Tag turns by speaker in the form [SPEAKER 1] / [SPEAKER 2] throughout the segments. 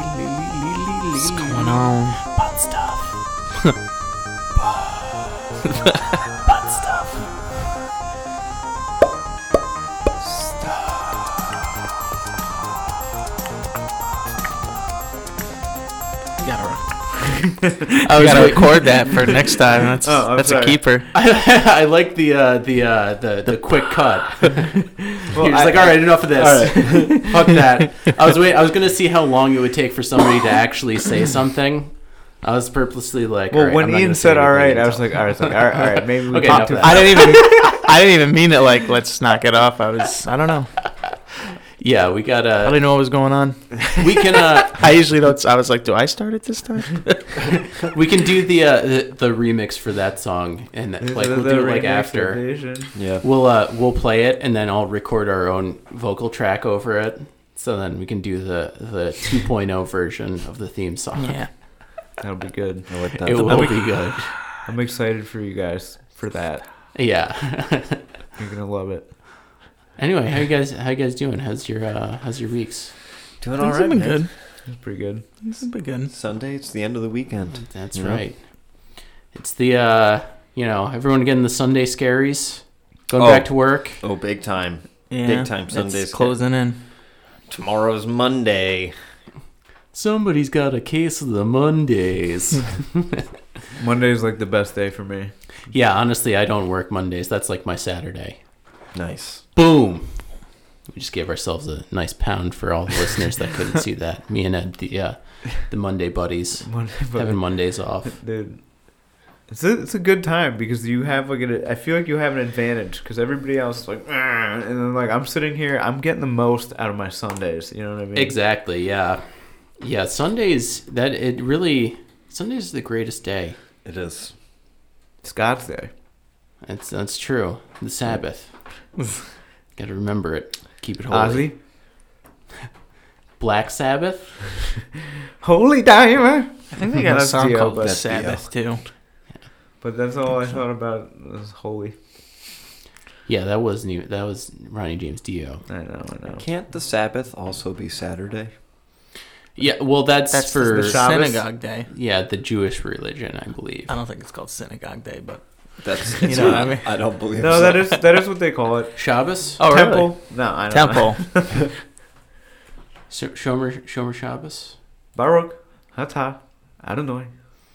[SPEAKER 1] What's going on?
[SPEAKER 2] Butt stuff. Butt stuff.
[SPEAKER 1] You gotta, re-
[SPEAKER 2] I
[SPEAKER 1] Oh, you
[SPEAKER 2] was
[SPEAKER 1] gotta
[SPEAKER 2] wait-
[SPEAKER 1] record that for next time. That's
[SPEAKER 2] Oh, I'm
[SPEAKER 1] that's
[SPEAKER 2] sorry.
[SPEAKER 1] a keeper.
[SPEAKER 2] I, I like the uh, the, uh, the the quick cut. You're just
[SPEAKER 3] I-
[SPEAKER 2] like, all right, enough of this.
[SPEAKER 3] All right.
[SPEAKER 2] Fuck that. I was wait. I was gonna see how long it would take for somebody to actually say something. I was purposely like,
[SPEAKER 3] Well,
[SPEAKER 2] all right, I'm
[SPEAKER 3] when
[SPEAKER 2] not
[SPEAKER 3] Ian
[SPEAKER 2] gonna say
[SPEAKER 3] said "all
[SPEAKER 2] anything
[SPEAKER 3] right," I was
[SPEAKER 2] until-
[SPEAKER 3] like, "all right, it's like, all right, all right, maybe we
[SPEAKER 2] Okay,
[SPEAKER 3] talked
[SPEAKER 2] enough
[SPEAKER 3] to
[SPEAKER 2] of
[SPEAKER 1] I didn't even I didn't even mean it like let's knock it off. I was I don't know.
[SPEAKER 2] yeah, we
[SPEAKER 1] I
[SPEAKER 2] gotta.
[SPEAKER 1] didn't know what was going on.
[SPEAKER 2] We can uh,
[SPEAKER 1] I usually don't. I was like, do I start it this time?
[SPEAKER 2] we can do the uh, the, the remix for that song, and like we'll do it like after.
[SPEAKER 3] Yeah.
[SPEAKER 2] We'll uh, we'll play it, and then I'll record our own vocal track over it. So then we can do the the 2.0 version of the theme song.
[SPEAKER 1] Yeah.
[SPEAKER 3] That'll be good. I like
[SPEAKER 2] It will be good.
[SPEAKER 3] I'm excited for you guys for that.
[SPEAKER 2] Yeah.
[SPEAKER 3] You're gonna love it.
[SPEAKER 2] anyway, how you guys how you guys doing? How's your uh, how's your weeks?
[SPEAKER 4] Doing all
[SPEAKER 1] Things
[SPEAKER 4] right,
[SPEAKER 1] have been
[SPEAKER 4] man.
[SPEAKER 1] good.
[SPEAKER 3] It's pretty good.
[SPEAKER 1] Things have been good.
[SPEAKER 4] Sunday, it's the end of the weekend.
[SPEAKER 2] That's
[SPEAKER 4] Yeah.
[SPEAKER 2] right. It's the uh, you know everyone getting the Sunday scaries, going
[SPEAKER 4] Oh.
[SPEAKER 2] back to work.
[SPEAKER 4] Oh, big time.
[SPEAKER 1] Yeah.
[SPEAKER 4] Big time
[SPEAKER 1] it's
[SPEAKER 4] Sundays.
[SPEAKER 1] closing in.
[SPEAKER 4] Tomorrow's Monday.
[SPEAKER 2] Somebody's got a case of the Mondays.
[SPEAKER 3] Monday's like the best day for me.
[SPEAKER 2] yeah, honestly, I don't work Mondays. That's like my Saturday.
[SPEAKER 4] Nice.
[SPEAKER 2] Boom. We just gave ourselves a nice pound for all the listeners that couldn't see that. Me and Ed, the uh, the Monday buddies,
[SPEAKER 3] Monday,
[SPEAKER 2] having Mondays off.
[SPEAKER 3] dude. It's a, it's a good time because you have like an I feel like you have an advantage because everybody else is like "Argh," and then like I'm sitting here I'm getting the most out of my Sundays you know what I mean
[SPEAKER 2] Exactly. Yeah, yeah. Sundays. That it really. Sundays is the greatest day.
[SPEAKER 4] It is.
[SPEAKER 3] Scott's there
[SPEAKER 2] That's that's true. The Sabbath. Got to remember it. Keep it holy.
[SPEAKER 3] Ozzy
[SPEAKER 2] Black Sabbath.
[SPEAKER 3] Holy Dimer
[SPEAKER 1] I think they
[SPEAKER 3] got a
[SPEAKER 1] got a song
[SPEAKER 3] deal,
[SPEAKER 1] called
[SPEAKER 3] but-
[SPEAKER 1] The Sabbath too.
[SPEAKER 3] but that's all I thought about was holy
[SPEAKER 2] Yeah, that was new. That was Ronnie James Dio.
[SPEAKER 3] I know I know
[SPEAKER 4] Can't the Sabbath also be Saturday?
[SPEAKER 2] Yeah. Well, that's,
[SPEAKER 1] That's
[SPEAKER 2] for
[SPEAKER 1] the
[SPEAKER 3] Shabbos?
[SPEAKER 1] synagogue day.
[SPEAKER 2] yeah the Jewish religion, I believe.
[SPEAKER 1] I don't think it's called synagogue day, but
[SPEAKER 4] That's
[SPEAKER 1] You
[SPEAKER 4] it's
[SPEAKER 1] know what
[SPEAKER 4] not.
[SPEAKER 1] I mean?
[SPEAKER 4] I don't believe.
[SPEAKER 3] no
[SPEAKER 4] so.
[SPEAKER 3] that is that is what they call it
[SPEAKER 2] Shabbos.
[SPEAKER 1] oh
[SPEAKER 3] temple no I don't know.
[SPEAKER 1] Temple.
[SPEAKER 2] Sh- Shomer Shomer Shabbos.
[SPEAKER 3] Baruch Hata Adonai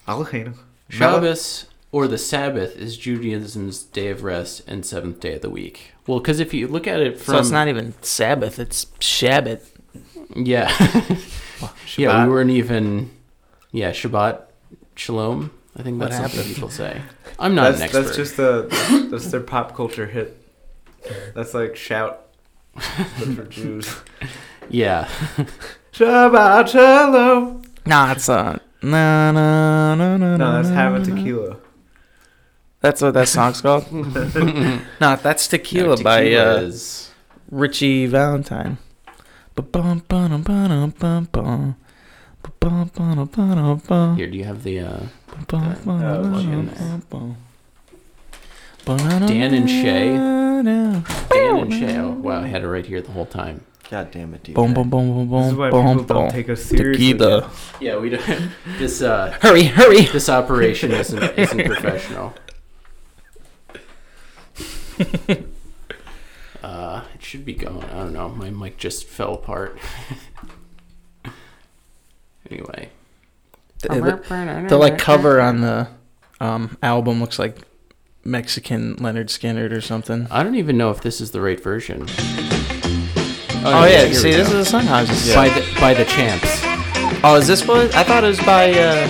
[SPEAKER 3] Eloheinu Melech-
[SPEAKER 2] Shabbos or the Sabbath is Judaism's day of rest and seventh day of the week. Well, because if you look at it from
[SPEAKER 1] so it's not even Sabbath. It's Shabbat.
[SPEAKER 2] yeah yeah we weren't even yeah Shabbat Shalom. I think
[SPEAKER 1] What
[SPEAKER 2] that's something
[SPEAKER 1] happened?
[SPEAKER 2] people say. I'm not
[SPEAKER 3] that's,
[SPEAKER 2] an expert.
[SPEAKER 3] that's just the that's their pop culture hit. That's like shout but for Jews.
[SPEAKER 2] yeah
[SPEAKER 3] Shabbat shalom.
[SPEAKER 1] Nah, it's uh no no no no
[SPEAKER 3] No, that's
[SPEAKER 1] no,
[SPEAKER 3] have a
[SPEAKER 1] no,
[SPEAKER 3] tequila.
[SPEAKER 1] That's what that song's called. no, that's tequila,
[SPEAKER 2] No,
[SPEAKER 1] by
[SPEAKER 2] tequila
[SPEAKER 1] uh,
[SPEAKER 2] is-
[SPEAKER 1] Richie Valentine. Ba-bum, ba-dum, ba-dum, ba-bum. Ba-bum, ba-dum, ba-dum, ba-dum.
[SPEAKER 2] here. Do you have the uh,
[SPEAKER 1] Ba-bum, ba-dum,
[SPEAKER 2] lotion.
[SPEAKER 1] ba-dum, ba-dum. Ba-dum,
[SPEAKER 2] Dan and Shay.
[SPEAKER 1] ba-dum.
[SPEAKER 2] Dan and Shay? Oh, wow, I had it right here the whole time.
[SPEAKER 4] God damn it, dude.
[SPEAKER 1] Boom, boom, boom, boom,
[SPEAKER 3] This is why
[SPEAKER 1] boom,
[SPEAKER 3] people
[SPEAKER 1] boom,
[SPEAKER 3] don't
[SPEAKER 1] boom.
[SPEAKER 3] take us seriously.
[SPEAKER 1] Tequila.
[SPEAKER 2] Yeah, we don't. This uh,
[SPEAKER 1] Hurry, hurry.
[SPEAKER 2] this operation isn't isn't professional. Uh, it should be going. I don't know. My mic just fell apart. anyway,
[SPEAKER 1] The, the like cover on the um, album looks like Mexican Leonard Skinner or something.
[SPEAKER 2] I don't even know if this is the right version.
[SPEAKER 1] Oh,
[SPEAKER 2] no,
[SPEAKER 1] yeah,
[SPEAKER 2] here
[SPEAKER 1] see,
[SPEAKER 2] we
[SPEAKER 1] this
[SPEAKER 2] go.
[SPEAKER 1] is a song I was just
[SPEAKER 2] by the by the champs.
[SPEAKER 1] Oh, is this one? I thought it was by uh,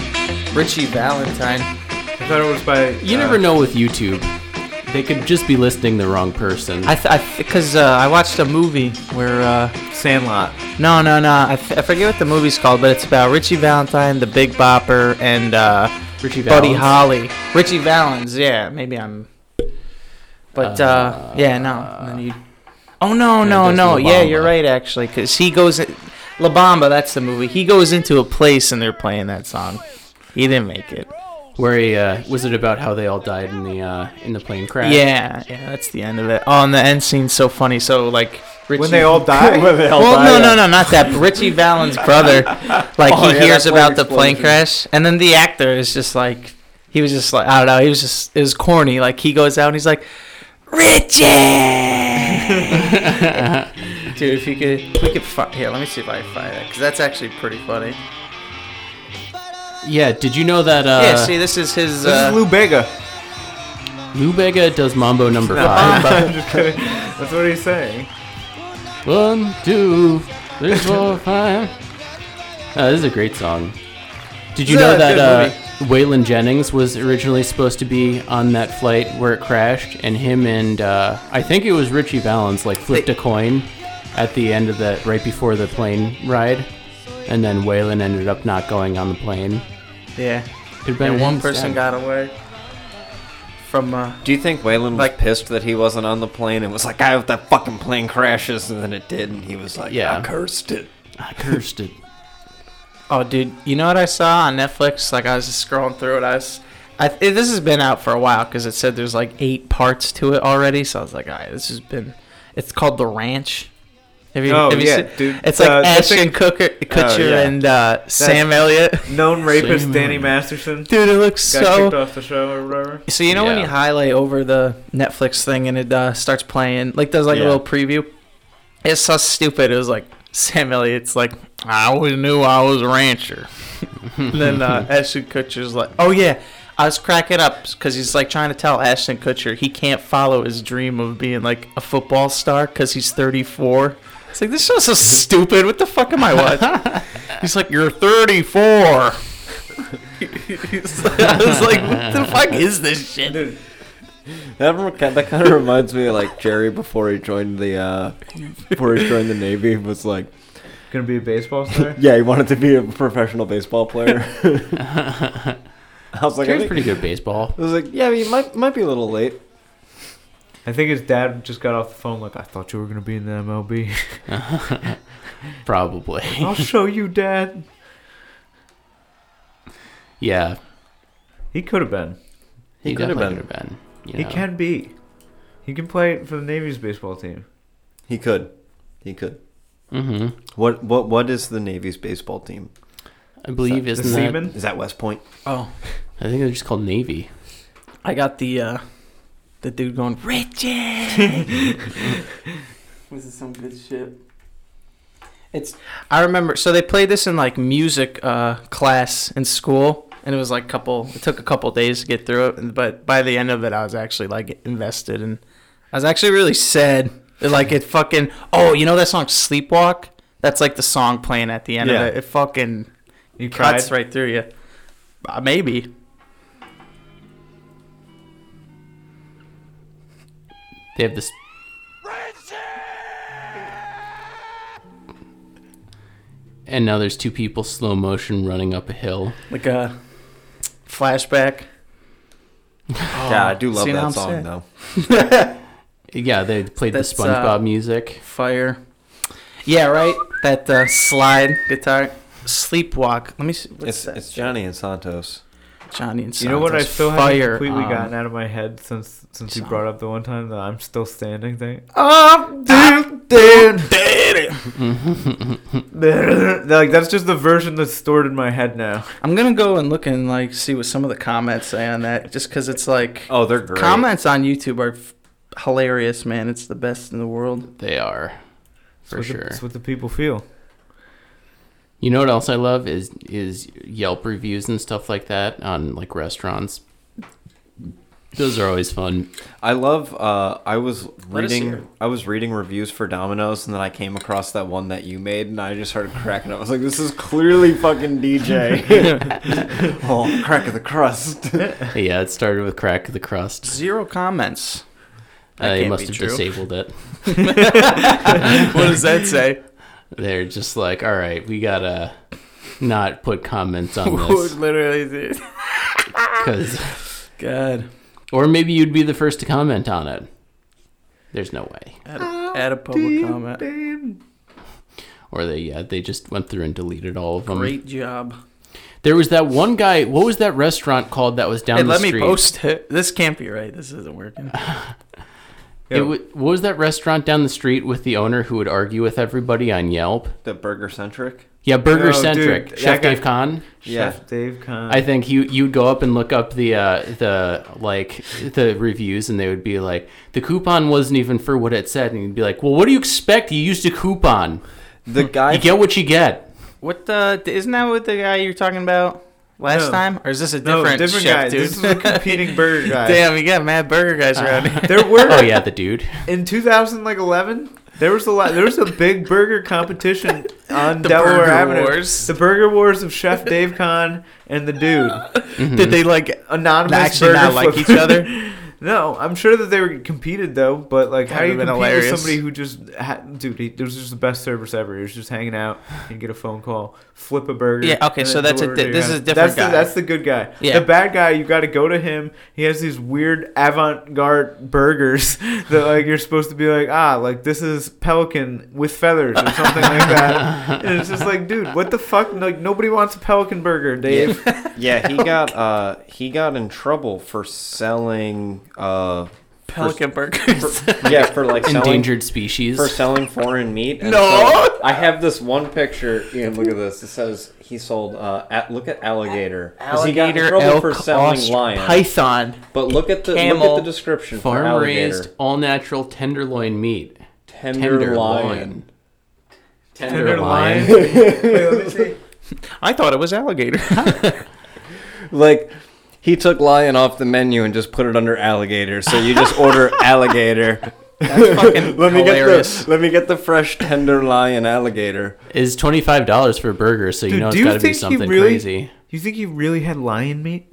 [SPEAKER 1] Richie Valentine.
[SPEAKER 3] I thought it was by.
[SPEAKER 2] You
[SPEAKER 3] uh,
[SPEAKER 2] never know with YouTube. They could just be listing the wrong person.
[SPEAKER 1] I because th- 'cause, uh, I watched a movie where uh,
[SPEAKER 3] Sandlot.
[SPEAKER 1] no no no I, f- I forget what the movie's called, but it's about Richie Valentine, the Big Bopper, and uh,
[SPEAKER 2] Richie
[SPEAKER 1] Buddy
[SPEAKER 2] Valens.
[SPEAKER 1] Holly. Richie Valens, yeah. Maybe I'm But uh, yeah, no. And then you. Oh no,
[SPEAKER 2] and
[SPEAKER 1] no,
[SPEAKER 2] there's
[SPEAKER 1] no.
[SPEAKER 2] La
[SPEAKER 1] Yeah, you're
[SPEAKER 2] Bamba.
[SPEAKER 1] right actually, because he goes. In, La Bamba, that's the movie. He goes into a place and they're playing that song. He didn't make it.
[SPEAKER 2] Where he uh, was it about how they all died in the uh, in the plane crash?
[SPEAKER 1] Yeah, yeah, that's the end of it. Oh, and the end scene's so funny. So like Richie,
[SPEAKER 3] When they all die. when they all
[SPEAKER 1] well, no, no, no, not that. Richie Valens' brother, like
[SPEAKER 3] Oh,
[SPEAKER 1] he
[SPEAKER 3] yeah,
[SPEAKER 1] hears
[SPEAKER 3] that plane
[SPEAKER 1] about the plane
[SPEAKER 3] explosion.
[SPEAKER 1] crash, and then the actor is just like, he was just like, I don't know, he was just, it was corny. Like he goes out and he's like, Richie, dude, if you could, we could fi- here. Let me see if I can find that because that's actually pretty funny.
[SPEAKER 2] Yeah. Did you know that? Uh,
[SPEAKER 1] yeah, see, this is his.
[SPEAKER 3] This
[SPEAKER 1] Uh,
[SPEAKER 3] is Lou Bega.
[SPEAKER 2] Lou Bega does Mambo number
[SPEAKER 3] No,
[SPEAKER 1] Uh,
[SPEAKER 2] five.
[SPEAKER 3] I'm just kidding. That's what he's saying.
[SPEAKER 2] One, two, three, four, five. Uh, this is a great song. Did you
[SPEAKER 1] It's
[SPEAKER 2] know
[SPEAKER 1] a
[SPEAKER 2] that uh,
[SPEAKER 1] good
[SPEAKER 2] Waylon Jennings was originally supposed to be on that flight where it crashed, and him and uh, I think it was Richie Valens like flipped a coin at the end of the right before the plane ride, and then Waylon ended up not going on the plane.
[SPEAKER 1] yeah,
[SPEAKER 2] Could have been
[SPEAKER 1] and one
[SPEAKER 2] his
[SPEAKER 1] person
[SPEAKER 2] dad.
[SPEAKER 1] got away from. Uh,
[SPEAKER 4] Do you think Waylon was
[SPEAKER 1] Like-
[SPEAKER 4] pissed that he wasn't on the plane and was like, I hope that fucking plane crashes? And then it did, and he was like,
[SPEAKER 2] Yeah.
[SPEAKER 4] I cursed it.
[SPEAKER 2] I cursed it.
[SPEAKER 1] Oh, dude, you know what I saw on Netflix? Like I was just scrolling through it. I was, I, it, this has been out for a while because it said there's like eight parts to it already. So I was like, all right, this has been. It's called The Ranch. Have you,
[SPEAKER 3] Oh,
[SPEAKER 1] have you
[SPEAKER 3] yeah,
[SPEAKER 1] seen-
[SPEAKER 3] dude.
[SPEAKER 1] It's like
[SPEAKER 3] Uh, that
[SPEAKER 1] Ashton
[SPEAKER 3] thing- Oh,
[SPEAKER 1] Kutcher, Kutcher
[SPEAKER 3] yeah.
[SPEAKER 1] and uh, Sam Elliott.
[SPEAKER 3] Known rapist
[SPEAKER 2] Same.
[SPEAKER 3] Danny Masterson.
[SPEAKER 1] Dude, it looks
[SPEAKER 3] Got
[SPEAKER 1] so.
[SPEAKER 3] kicked off the show or whatever.
[SPEAKER 1] So you know when
[SPEAKER 2] Yeah.
[SPEAKER 1] you highlight over the Netflix thing and it uh, starts playing, like does like
[SPEAKER 2] Yeah.
[SPEAKER 1] a little preview. It's so stupid. It was like Sam Elliott's like, I always knew I was a rancher. and then uh, Ashton Kutcher's like, Oh yeah, I was cracking up because he's like trying to tell Ashton Kutcher he can't follow his dream of being like a football star because he's 34. It's like this show's so stupid. What the fuck am I watching? he's like, You're 34. I was like, What the fuck is this shit?
[SPEAKER 3] Dude,
[SPEAKER 4] That, rem- that kind of reminds me of like Jerry before he joined the uh, before he joined the Navy was like,
[SPEAKER 3] gonna be a baseball star?
[SPEAKER 4] yeah, he wanted to be a professional baseball player. I was like,
[SPEAKER 2] He
[SPEAKER 4] I
[SPEAKER 2] was
[SPEAKER 4] think-
[SPEAKER 2] pretty good at baseball.
[SPEAKER 4] I was like, yeah, you might might be a little late.
[SPEAKER 3] I think his dad just got off the phone like, I thought you were gonna be in the MLB.
[SPEAKER 2] Probably.
[SPEAKER 3] I'll show you, Dad.
[SPEAKER 2] Yeah.
[SPEAKER 3] He could have been.
[SPEAKER 4] He could have
[SPEAKER 2] definitely
[SPEAKER 4] been.
[SPEAKER 2] could have been. you
[SPEAKER 3] He
[SPEAKER 2] know.
[SPEAKER 3] can be. He can play for the Navy's baseball team.
[SPEAKER 4] He could, he could.
[SPEAKER 2] hmm
[SPEAKER 4] What what what is the Navy's baseball team?
[SPEAKER 2] I believe
[SPEAKER 3] The
[SPEAKER 2] isn't that-
[SPEAKER 3] Seaman?
[SPEAKER 4] Is that West Point?
[SPEAKER 1] Oh,
[SPEAKER 2] I think they're just called Navy.
[SPEAKER 1] I got the uh the dude going Richie. Was it some good shit? It's I remember so they played this in like music uh class in school and it was like couple it took a couple days to get through it and- but by the end of it I was actually like invested and I was actually really sad that, like it fucking oh you know that song Sleepwalk that's like the song playing at the end
[SPEAKER 3] Yeah.
[SPEAKER 1] of it it fucking
[SPEAKER 3] You cried.
[SPEAKER 1] cuts right through you uh, maybe
[SPEAKER 2] They have this. And now there's two people slow motion running up a hill.
[SPEAKER 1] like a flashback.
[SPEAKER 4] yeah, I do love
[SPEAKER 1] Oh, see what
[SPEAKER 4] that
[SPEAKER 1] I'm
[SPEAKER 4] song
[SPEAKER 1] saying?
[SPEAKER 4] though.
[SPEAKER 2] Yeah, they played
[SPEAKER 1] That's,
[SPEAKER 2] the SpongeBob
[SPEAKER 1] uh,
[SPEAKER 2] music.
[SPEAKER 1] Fire. Yeah, right. That uh, slide guitar. Sleepwalk. Let me see. What's
[SPEAKER 4] It's
[SPEAKER 1] that?
[SPEAKER 4] it's Johnny and Santos.
[SPEAKER 1] Johnny and
[SPEAKER 3] You know what I
[SPEAKER 1] Santos.
[SPEAKER 3] still haven't
[SPEAKER 1] Fire.
[SPEAKER 2] Um,
[SPEAKER 1] Um,
[SPEAKER 3] completely
[SPEAKER 1] on.
[SPEAKER 3] gotten out of my head since since you
[SPEAKER 1] Song.
[SPEAKER 3] brought up the one time that I'm still standing thing.
[SPEAKER 1] Oh, dude, dude,
[SPEAKER 3] like that's just the version that's stored in my head now.
[SPEAKER 1] I'm gonna go and look and like see what some of the comments say on that, just because it's like
[SPEAKER 4] Oh, they're great.
[SPEAKER 1] comments on YouTube are f- hilarious, man. It's the best in the world.
[SPEAKER 2] They are,
[SPEAKER 3] It's
[SPEAKER 2] for
[SPEAKER 3] what the-
[SPEAKER 2] sure.
[SPEAKER 3] it's what the people feel.
[SPEAKER 2] You know what else I love is is Yelp reviews and stuff like that on like restaurants. Those are always fun.
[SPEAKER 4] I love. Uh, I was
[SPEAKER 1] us hear it.
[SPEAKER 4] reading. I was reading reviews for Domino's, and then I came across that one that you made, and I just started cracking up. I was like, "This is clearly fucking DJ." oh, crack of the crust.
[SPEAKER 2] Yeah, it started with crack of the crust.
[SPEAKER 1] Zero comments. That
[SPEAKER 2] I
[SPEAKER 1] can't
[SPEAKER 2] must
[SPEAKER 1] be
[SPEAKER 2] have
[SPEAKER 1] true.
[SPEAKER 2] disabled it.
[SPEAKER 1] What does that say?
[SPEAKER 2] They're just like, all right, we gotta not put comments on this
[SPEAKER 1] Literally,
[SPEAKER 2] 'cause-
[SPEAKER 1] God.
[SPEAKER 2] or maybe you'd be the first to comment on it. There's no way.
[SPEAKER 1] Add, add a public comment.
[SPEAKER 2] Or they yeah they just went through and deleted all of them.
[SPEAKER 1] Great job.
[SPEAKER 2] There was that one guy. What was that restaurant called that was down
[SPEAKER 1] Hey,
[SPEAKER 2] the
[SPEAKER 1] let
[SPEAKER 2] street?
[SPEAKER 1] me post it. This can't be right. This isn't working.
[SPEAKER 2] It wa- what was that restaurant down the street with the owner who would argue with everybody on Yelp?
[SPEAKER 4] The burger centric.
[SPEAKER 2] Yeah, Burger
[SPEAKER 3] Oh,
[SPEAKER 2] Centric.
[SPEAKER 3] dude, that
[SPEAKER 2] Chef
[SPEAKER 3] guy-
[SPEAKER 2] Dave Kahn.
[SPEAKER 4] Yeah.
[SPEAKER 3] Chef Dave Kahn.
[SPEAKER 2] I think you you'd go up and look up the uh, the like the reviews, and they would be like, the coupon wasn't even for what it said, and you'd be like, well, what do you expect? You used a coupon.
[SPEAKER 4] The guy
[SPEAKER 2] You get what you get.
[SPEAKER 1] What the? Isn't that what the guy you were talking about last
[SPEAKER 3] No.
[SPEAKER 1] time? Or is this a
[SPEAKER 3] no,
[SPEAKER 1] different,
[SPEAKER 3] different
[SPEAKER 1] chef,
[SPEAKER 3] guy.
[SPEAKER 1] dude?
[SPEAKER 3] This is a competing burger guy. Uh,
[SPEAKER 1] Damn, you got mad burger guys around here.
[SPEAKER 3] There were
[SPEAKER 2] Oh yeah, the dude.
[SPEAKER 3] in 2011 there was a lot there was a big burger competition on
[SPEAKER 1] The
[SPEAKER 3] delaware
[SPEAKER 1] Burger
[SPEAKER 3] avenue
[SPEAKER 1] Wars.
[SPEAKER 3] the burger wars of chef dave Kahn and the dude
[SPEAKER 1] Did they like
[SPEAKER 3] anonymous
[SPEAKER 1] actually
[SPEAKER 3] burger
[SPEAKER 1] Mm-hmm. not like each
[SPEAKER 3] flipper.
[SPEAKER 1] other?
[SPEAKER 3] no i'm sure that they were competed though but like how
[SPEAKER 1] That
[SPEAKER 3] do you
[SPEAKER 1] would've been
[SPEAKER 3] compete with
[SPEAKER 1] hilarious.
[SPEAKER 3] somebody who just ha- dude he, it was just the best service ever he was just hanging out and get a phone call flip a burger
[SPEAKER 1] Yeah, okay,
[SPEAKER 3] and
[SPEAKER 1] so
[SPEAKER 3] then
[SPEAKER 1] that's a
[SPEAKER 3] deliver
[SPEAKER 1] di-
[SPEAKER 3] it to
[SPEAKER 1] this
[SPEAKER 3] your
[SPEAKER 1] is a
[SPEAKER 3] house.
[SPEAKER 1] different
[SPEAKER 3] that's
[SPEAKER 1] guy.
[SPEAKER 3] the, that's the good guy
[SPEAKER 1] Yeah.
[SPEAKER 3] the bad guy you got to go to him he has these weird avant-garde burgers that like you're supposed to be like ah like this is pelican with feathers or something like that and it's just like dude what the fuck like nobody wants a pelican burger dave
[SPEAKER 4] Yeah, he got uh he got in trouble for selling uh
[SPEAKER 1] Pelican burgers.
[SPEAKER 4] for, yeah, for like selling
[SPEAKER 2] Endangered species.
[SPEAKER 4] for selling foreign meat. And
[SPEAKER 1] No!
[SPEAKER 4] so I have this one picture. Ian, look at this. It says he sold. Uh, at, look at alligator. 'Cause he got in trouble for selling
[SPEAKER 1] ostr-
[SPEAKER 4] lion.
[SPEAKER 1] python.
[SPEAKER 4] But look at the
[SPEAKER 1] camel.
[SPEAKER 4] look at the description for
[SPEAKER 2] Farm
[SPEAKER 4] alligator.
[SPEAKER 2] raised, all natural tenderloin meat.
[SPEAKER 4] tender, lion.
[SPEAKER 2] Tenderloin. Tenderloin.
[SPEAKER 1] I thought it was alligator.
[SPEAKER 4] Like he took lion off the menu and just put it under alligator. So you just order alligator.
[SPEAKER 1] That's fucking
[SPEAKER 4] Let me
[SPEAKER 1] hilarious.
[SPEAKER 4] get the let me get the fresh tender lion alligator.
[SPEAKER 2] Is twenty five dollars for a burger, so you
[SPEAKER 3] Dude,
[SPEAKER 2] know it's
[SPEAKER 3] do you
[SPEAKER 2] got to be
[SPEAKER 3] think he
[SPEAKER 2] something
[SPEAKER 3] really-
[SPEAKER 2] crazy.
[SPEAKER 3] do you think he really had lion meat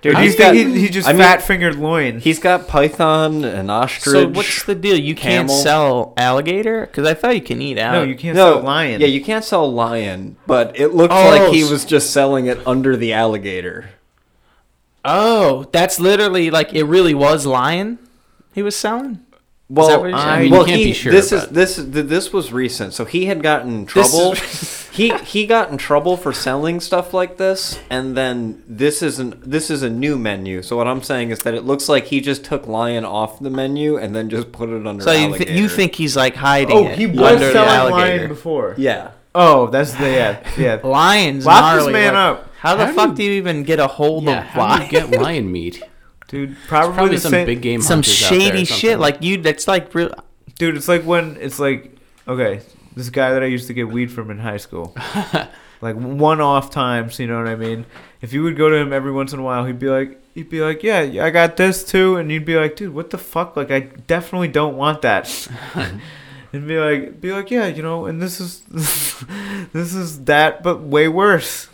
[SPEAKER 4] Dude,
[SPEAKER 3] or do you think he, he just
[SPEAKER 4] I mean,
[SPEAKER 3] fat fingered loin
[SPEAKER 4] He's got python and ostrich.
[SPEAKER 1] So what's the deal? You can't
[SPEAKER 4] camel.
[SPEAKER 1] sell alligator because I thought you can eat
[SPEAKER 3] no
[SPEAKER 1] alligator.
[SPEAKER 3] you can't
[SPEAKER 4] no
[SPEAKER 3] sell lion
[SPEAKER 4] Yeah, you can't sell lion, but it looked
[SPEAKER 1] Oh,
[SPEAKER 4] like he
[SPEAKER 1] s-
[SPEAKER 4] was just selling it under the alligator.
[SPEAKER 1] Oh, that's literally like it really was lion. He was selling.
[SPEAKER 4] Well,
[SPEAKER 1] that what you're saying?
[SPEAKER 2] I mean, you
[SPEAKER 4] well,
[SPEAKER 2] can't
[SPEAKER 4] he,
[SPEAKER 2] be sure
[SPEAKER 4] this is
[SPEAKER 2] about-
[SPEAKER 4] this is th- this was recent. So he had gotten in
[SPEAKER 1] This
[SPEAKER 4] trouble.
[SPEAKER 1] is-
[SPEAKER 4] he he got in trouble for selling stuff like this, and then this isn't this is a new menu. So what I'm saying is that it looks like he just took lion off the menu and then just put it under.
[SPEAKER 1] So you, th-
[SPEAKER 4] alligator.
[SPEAKER 1] you think he's like hiding?
[SPEAKER 3] oh
[SPEAKER 1] it
[SPEAKER 3] he was
[SPEAKER 1] under the
[SPEAKER 3] selling
[SPEAKER 1] alligator.
[SPEAKER 3] lion before
[SPEAKER 4] Yeah.
[SPEAKER 3] oh that's the yeah yeah
[SPEAKER 1] Lions.
[SPEAKER 3] Lock this
[SPEAKER 1] gnarly,
[SPEAKER 3] man
[SPEAKER 1] like-
[SPEAKER 3] up.
[SPEAKER 1] How the
[SPEAKER 2] How do
[SPEAKER 1] fuck
[SPEAKER 2] you-
[SPEAKER 1] do you even get a hold
[SPEAKER 2] Yeah,
[SPEAKER 1] of
[SPEAKER 2] how do
[SPEAKER 1] lion?
[SPEAKER 2] you get lion meat?
[SPEAKER 3] Dude, probably,
[SPEAKER 2] Probably
[SPEAKER 3] the
[SPEAKER 2] some
[SPEAKER 3] same,
[SPEAKER 2] big game.
[SPEAKER 1] Some
[SPEAKER 2] hunters out there or
[SPEAKER 1] shady shit
[SPEAKER 2] something.
[SPEAKER 1] like you. That's like real.
[SPEAKER 3] Dude, it's like when it's like okay, this guy that I used to get weed from in high school. like one off times, you know what I mean? If you would go to him every once in a while, he'd be like he'd be like, "Yeah, yeah, I got this too." And you'd be like, "Dude, what the fuck? Like I definitely don't want that." and be like be like, "Yeah, you know, and this is this is that but way worse."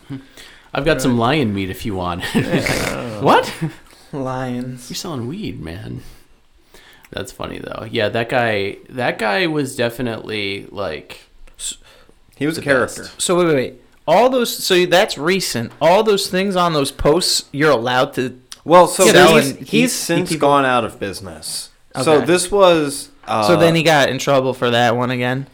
[SPEAKER 2] I've got some lion meat if you want. what?
[SPEAKER 1] Lions.
[SPEAKER 2] You're selling weed, man. That's funny though. Yeah, that guy. That guy was definitely like
[SPEAKER 4] He was a
[SPEAKER 2] The
[SPEAKER 4] character.
[SPEAKER 2] best.
[SPEAKER 1] So wait, wait, wait. All those. So that's recent. All those things on those posts, you're allowed to.
[SPEAKER 4] Well, so
[SPEAKER 1] Yeah, but
[SPEAKER 4] he's,
[SPEAKER 1] he's-
[SPEAKER 4] he's
[SPEAKER 1] he's-
[SPEAKER 4] since
[SPEAKER 1] he people-
[SPEAKER 4] gone out of business. So
[SPEAKER 1] Okay.
[SPEAKER 4] this was. Uh,
[SPEAKER 1] so then he got in trouble for that one again.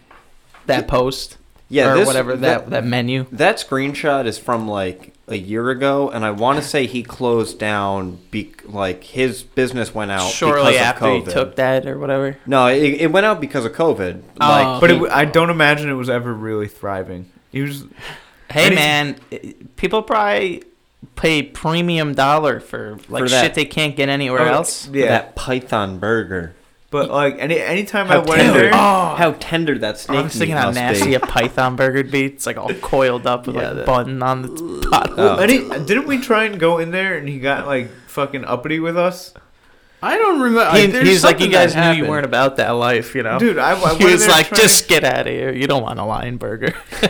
[SPEAKER 1] That post.
[SPEAKER 4] yeah,
[SPEAKER 1] or
[SPEAKER 4] this-
[SPEAKER 1] whatever that that menu.
[SPEAKER 4] That screenshot is from like a year ago, and I want to say he closed down. Be- like his business went out
[SPEAKER 1] Shortly
[SPEAKER 4] because
[SPEAKER 1] after
[SPEAKER 4] of COVID.
[SPEAKER 1] he took that or whatever.
[SPEAKER 4] No, it, it went out because of COVID.
[SPEAKER 1] Oh.
[SPEAKER 4] Like,
[SPEAKER 3] But it,
[SPEAKER 4] he-
[SPEAKER 3] w- I don't imagine it was ever really thriving. He was
[SPEAKER 1] Hey
[SPEAKER 3] And he's-
[SPEAKER 1] man, people probably pay premium dollar for like
[SPEAKER 4] For that.
[SPEAKER 1] shit they can't get anywhere
[SPEAKER 3] Oh,
[SPEAKER 1] else.
[SPEAKER 3] Yeah.
[SPEAKER 4] that python burger.
[SPEAKER 3] but like any anytime I
[SPEAKER 4] How
[SPEAKER 3] went
[SPEAKER 4] tender!
[SPEAKER 3] there,
[SPEAKER 1] Oh.
[SPEAKER 4] How tender that
[SPEAKER 1] I
[SPEAKER 4] snake
[SPEAKER 1] was thinking
[SPEAKER 4] meat
[SPEAKER 1] how
[SPEAKER 4] must
[SPEAKER 1] nasty
[SPEAKER 4] be.
[SPEAKER 1] a python burger would be. It's like all coiled up with
[SPEAKER 4] Yeah,
[SPEAKER 1] like
[SPEAKER 4] that-
[SPEAKER 1] button on the top.
[SPEAKER 4] Oh.
[SPEAKER 3] And he, didn't we try and go in there and he got like fucking uppity with us?
[SPEAKER 2] I don't remember.
[SPEAKER 1] He- he's like, you guys knew you weren't about that life, you know.
[SPEAKER 3] Dude, I, I went
[SPEAKER 1] he
[SPEAKER 3] in
[SPEAKER 1] was
[SPEAKER 3] there
[SPEAKER 1] like,
[SPEAKER 3] trying-
[SPEAKER 1] just get out of here. You don't want a lion burger.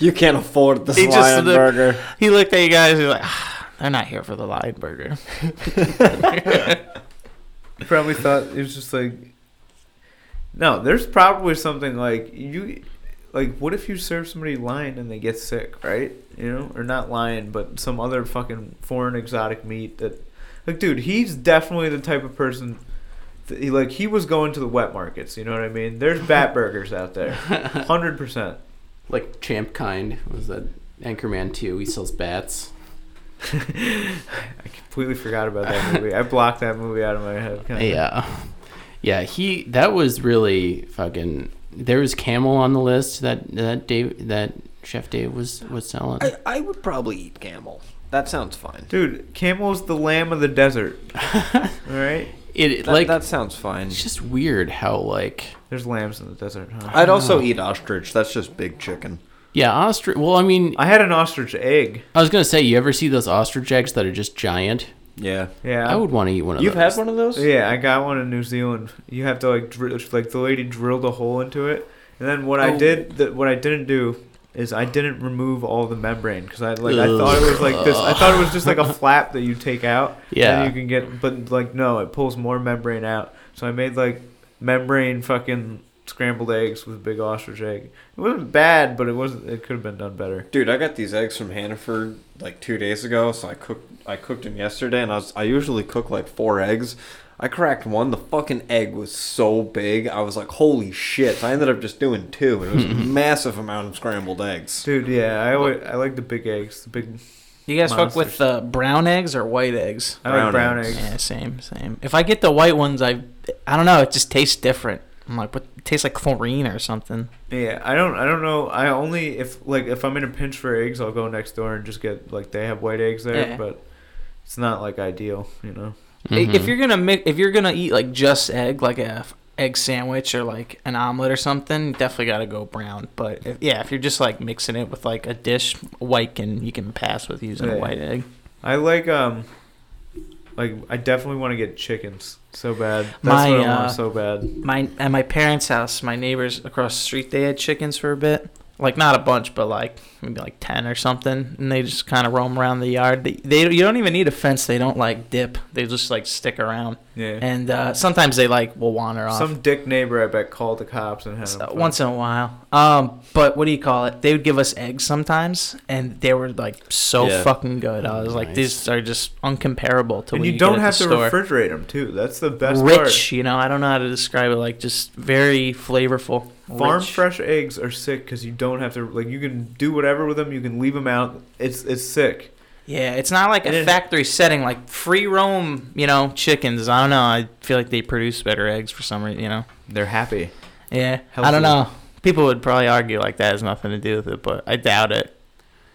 [SPEAKER 4] You can't afford this
[SPEAKER 1] He just
[SPEAKER 4] lion
[SPEAKER 1] looked-
[SPEAKER 4] burger.
[SPEAKER 1] he looked at you guys. He's like, ah, they're not here for the lion burger.
[SPEAKER 3] You probably thought it was just like. No, there's probably something like you, like what if you serve somebody lion and they get sick, right? You know, or not lion, but some other fucking foreign exotic meat that, like, dude, he's definitely the type of person. th- he, like he was going to the wet markets. You know what I mean? There's bat burgers out there, hundred percent.
[SPEAKER 2] Like Champ Kind was that Anchorman Two? He sells bats.
[SPEAKER 3] I completely forgot about that movie. I blocked that movie out of my head. kinda.
[SPEAKER 2] Yeah, yeah. He that was really fucking. There was camel on the list that that Dave that Chef Dave was was selling.
[SPEAKER 4] I, I would probably eat camel. That sounds fine.
[SPEAKER 3] Dude, camel's the lamb of the desert. All right,
[SPEAKER 2] it
[SPEAKER 4] That,
[SPEAKER 2] like
[SPEAKER 4] that sounds fine.
[SPEAKER 2] it's just weird how like
[SPEAKER 3] there's lambs in the desert, huh?
[SPEAKER 4] I'd also eat ostrich. That's just big chicken.
[SPEAKER 2] yeah ostrich. Well, I mean,
[SPEAKER 3] I had an ostrich egg.
[SPEAKER 2] I was gonna say, you ever see those ostrich eggs that are just giant?
[SPEAKER 4] Yeah.
[SPEAKER 3] Yeah,
[SPEAKER 2] I would want to eat one of
[SPEAKER 4] You've
[SPEAKER 2] those.
[SPEAKER 4] had one of those?
[SPEAKER 3] Yeah, I got one in New Zealand. You have to like drill, like the lady drilled a hole into it, and then what I
[SPEAKER 2] Oh.
[SPEAKER 3] did, that what I didn't do is I didn't remove all the membrane because I like I
[SPEAKER 2] Ugh.
[SPEAKER 3] thought it was like this. I thought it was just like a flap that you take out.
[SPEAKER 2] Yeah.
[SPEAKER 3] And you can get, but like no, it pulls more membrane out. So I made like membrane fucking scrambled eggs with big ostrich egg. It wasn't bad, but it wasn't. It could have been done better.
[SPEAKER 4] Dude, I got these eggs from Hannaford like two days ago, so I cooked I cooked them yesterday and I was I usually cook like four eggs. I cracked one, the fucking egg was so big, I was like, holy shit. So I ended up just doing two, and it was a massive amount of scrambled eggs.
[SPEAKER 3] Dude, yeah, I always, I like the big eggs. The big
[SPEAKER 1] You guys fuck
[SPEAKER 3] Monsters.
[SPEAKER 1] with the brown eggs or white eggs?
[SPEAKER 3] I like
[SPEAKER 4] Brown
[SPEAKER 3] brown
[SPEAKER 4] eggs.
[SPEAKER 3] eggs.
[SPEAKER 1] Yeah, same, same. If I get the white ones, I, I don't know. It just tastes different. I'm like, what? It tastes like chlorine or something.
[SPEAKER 3] Yeah, I don't I don't know. I only if like if I'm in a pinch for eggs, I'll go next door and just get like they have white eggs there,
[SPEAKER 1] Yeah.
[SPEAKER 3] but it's not like ideal, you know.
[SPEAKER 1] I-
[SPEAKER 2] Mm-hmm.
[SPEAKER 1] If you're gonna mi- if you're gonna eat like just egg, like a f- egg sandwich or like an omelet or something, definitely gotta go brown. But if, yeah, if you're just like mixing it with like a dish, white can you can pass with using
[SPEAKER 3] Yeah.
[SPEAKER 1] a white egg.
[SPEAKER 3] I like um like I definitely want to get chickens so bad. That's
[SPEAKER 1] My,
[SPEAKER 3] what I
[SPEAKER 1] uh,
[SPEAKER 3] want so bad.
[SPEAKER 1] My at my parents' house, my neighbors across the street, they had chickens for a bit. Like not a bunch, but like maybe like ten or something, and they just kind of roam around the yard. They, they you don't even need a fence. They don't like dip. They just like stick around,
[SPEAKER 3] Yeah.
[SPEAKER 1] and uh, sometimes they like will wander off.
[SPEAKER 3] Some dick neighbor I bet called the cops and had
[SPEAKER 1] So-
[SPEAKER 3] them fucked.
[SPEAKER 1] once in a while. Um, but what do you call it? They would give us eggs sometimes, and they were like so
[SPEAKER 4] Yeah.
[SPEAKER 1] fucking good. I was like,
[SPEAKER 2] Nice.
[SPEAKER 1] these are just uncomparable to.
[SPEAKER 3] And
[SPEAKER 1] what
[SPEAKER 3] you
[SPEAKER 1] get
[SPEAKER 3] don't
[SPEAKER 1] at
[SPEAKER 3] have
[SPEAKER 1] the
[SPEAKER 3] to
[SPEAKER 1] store.
[SPEAKER 3] refrigerate them too. That's the best
[SPEAKER 1] Rich,
[SPEAKER 3] part.
[SPEAKER 1] you know, I don't know how to describe it. Like just very flavorful.
[SPEAKER 3] Farm
[SPEAKER 1] Rich.
[SPEAKER 3] fresh eggs are sick because you don't have to like you can do whatever with them. You can leave them out. It's it's sick.
[SPEAKER 1] Yeah, it's not like
[SPEAKER 3] And
[SPEAKER 1] a
[SPEAKER 3] it-
[SPEAKER 1] factory setting. Like free roam, you know, chickens. I don't know. I feel like they produce better eggs for some reason. You know.
[SPEAKER 3] They're happy.
[SPEAKER 1] Yeah, I
[SPEAKER 3] Healthy.
[SPEAKER 1] don't know. People would probably argue like that has nothing to do with it, but I doubt it.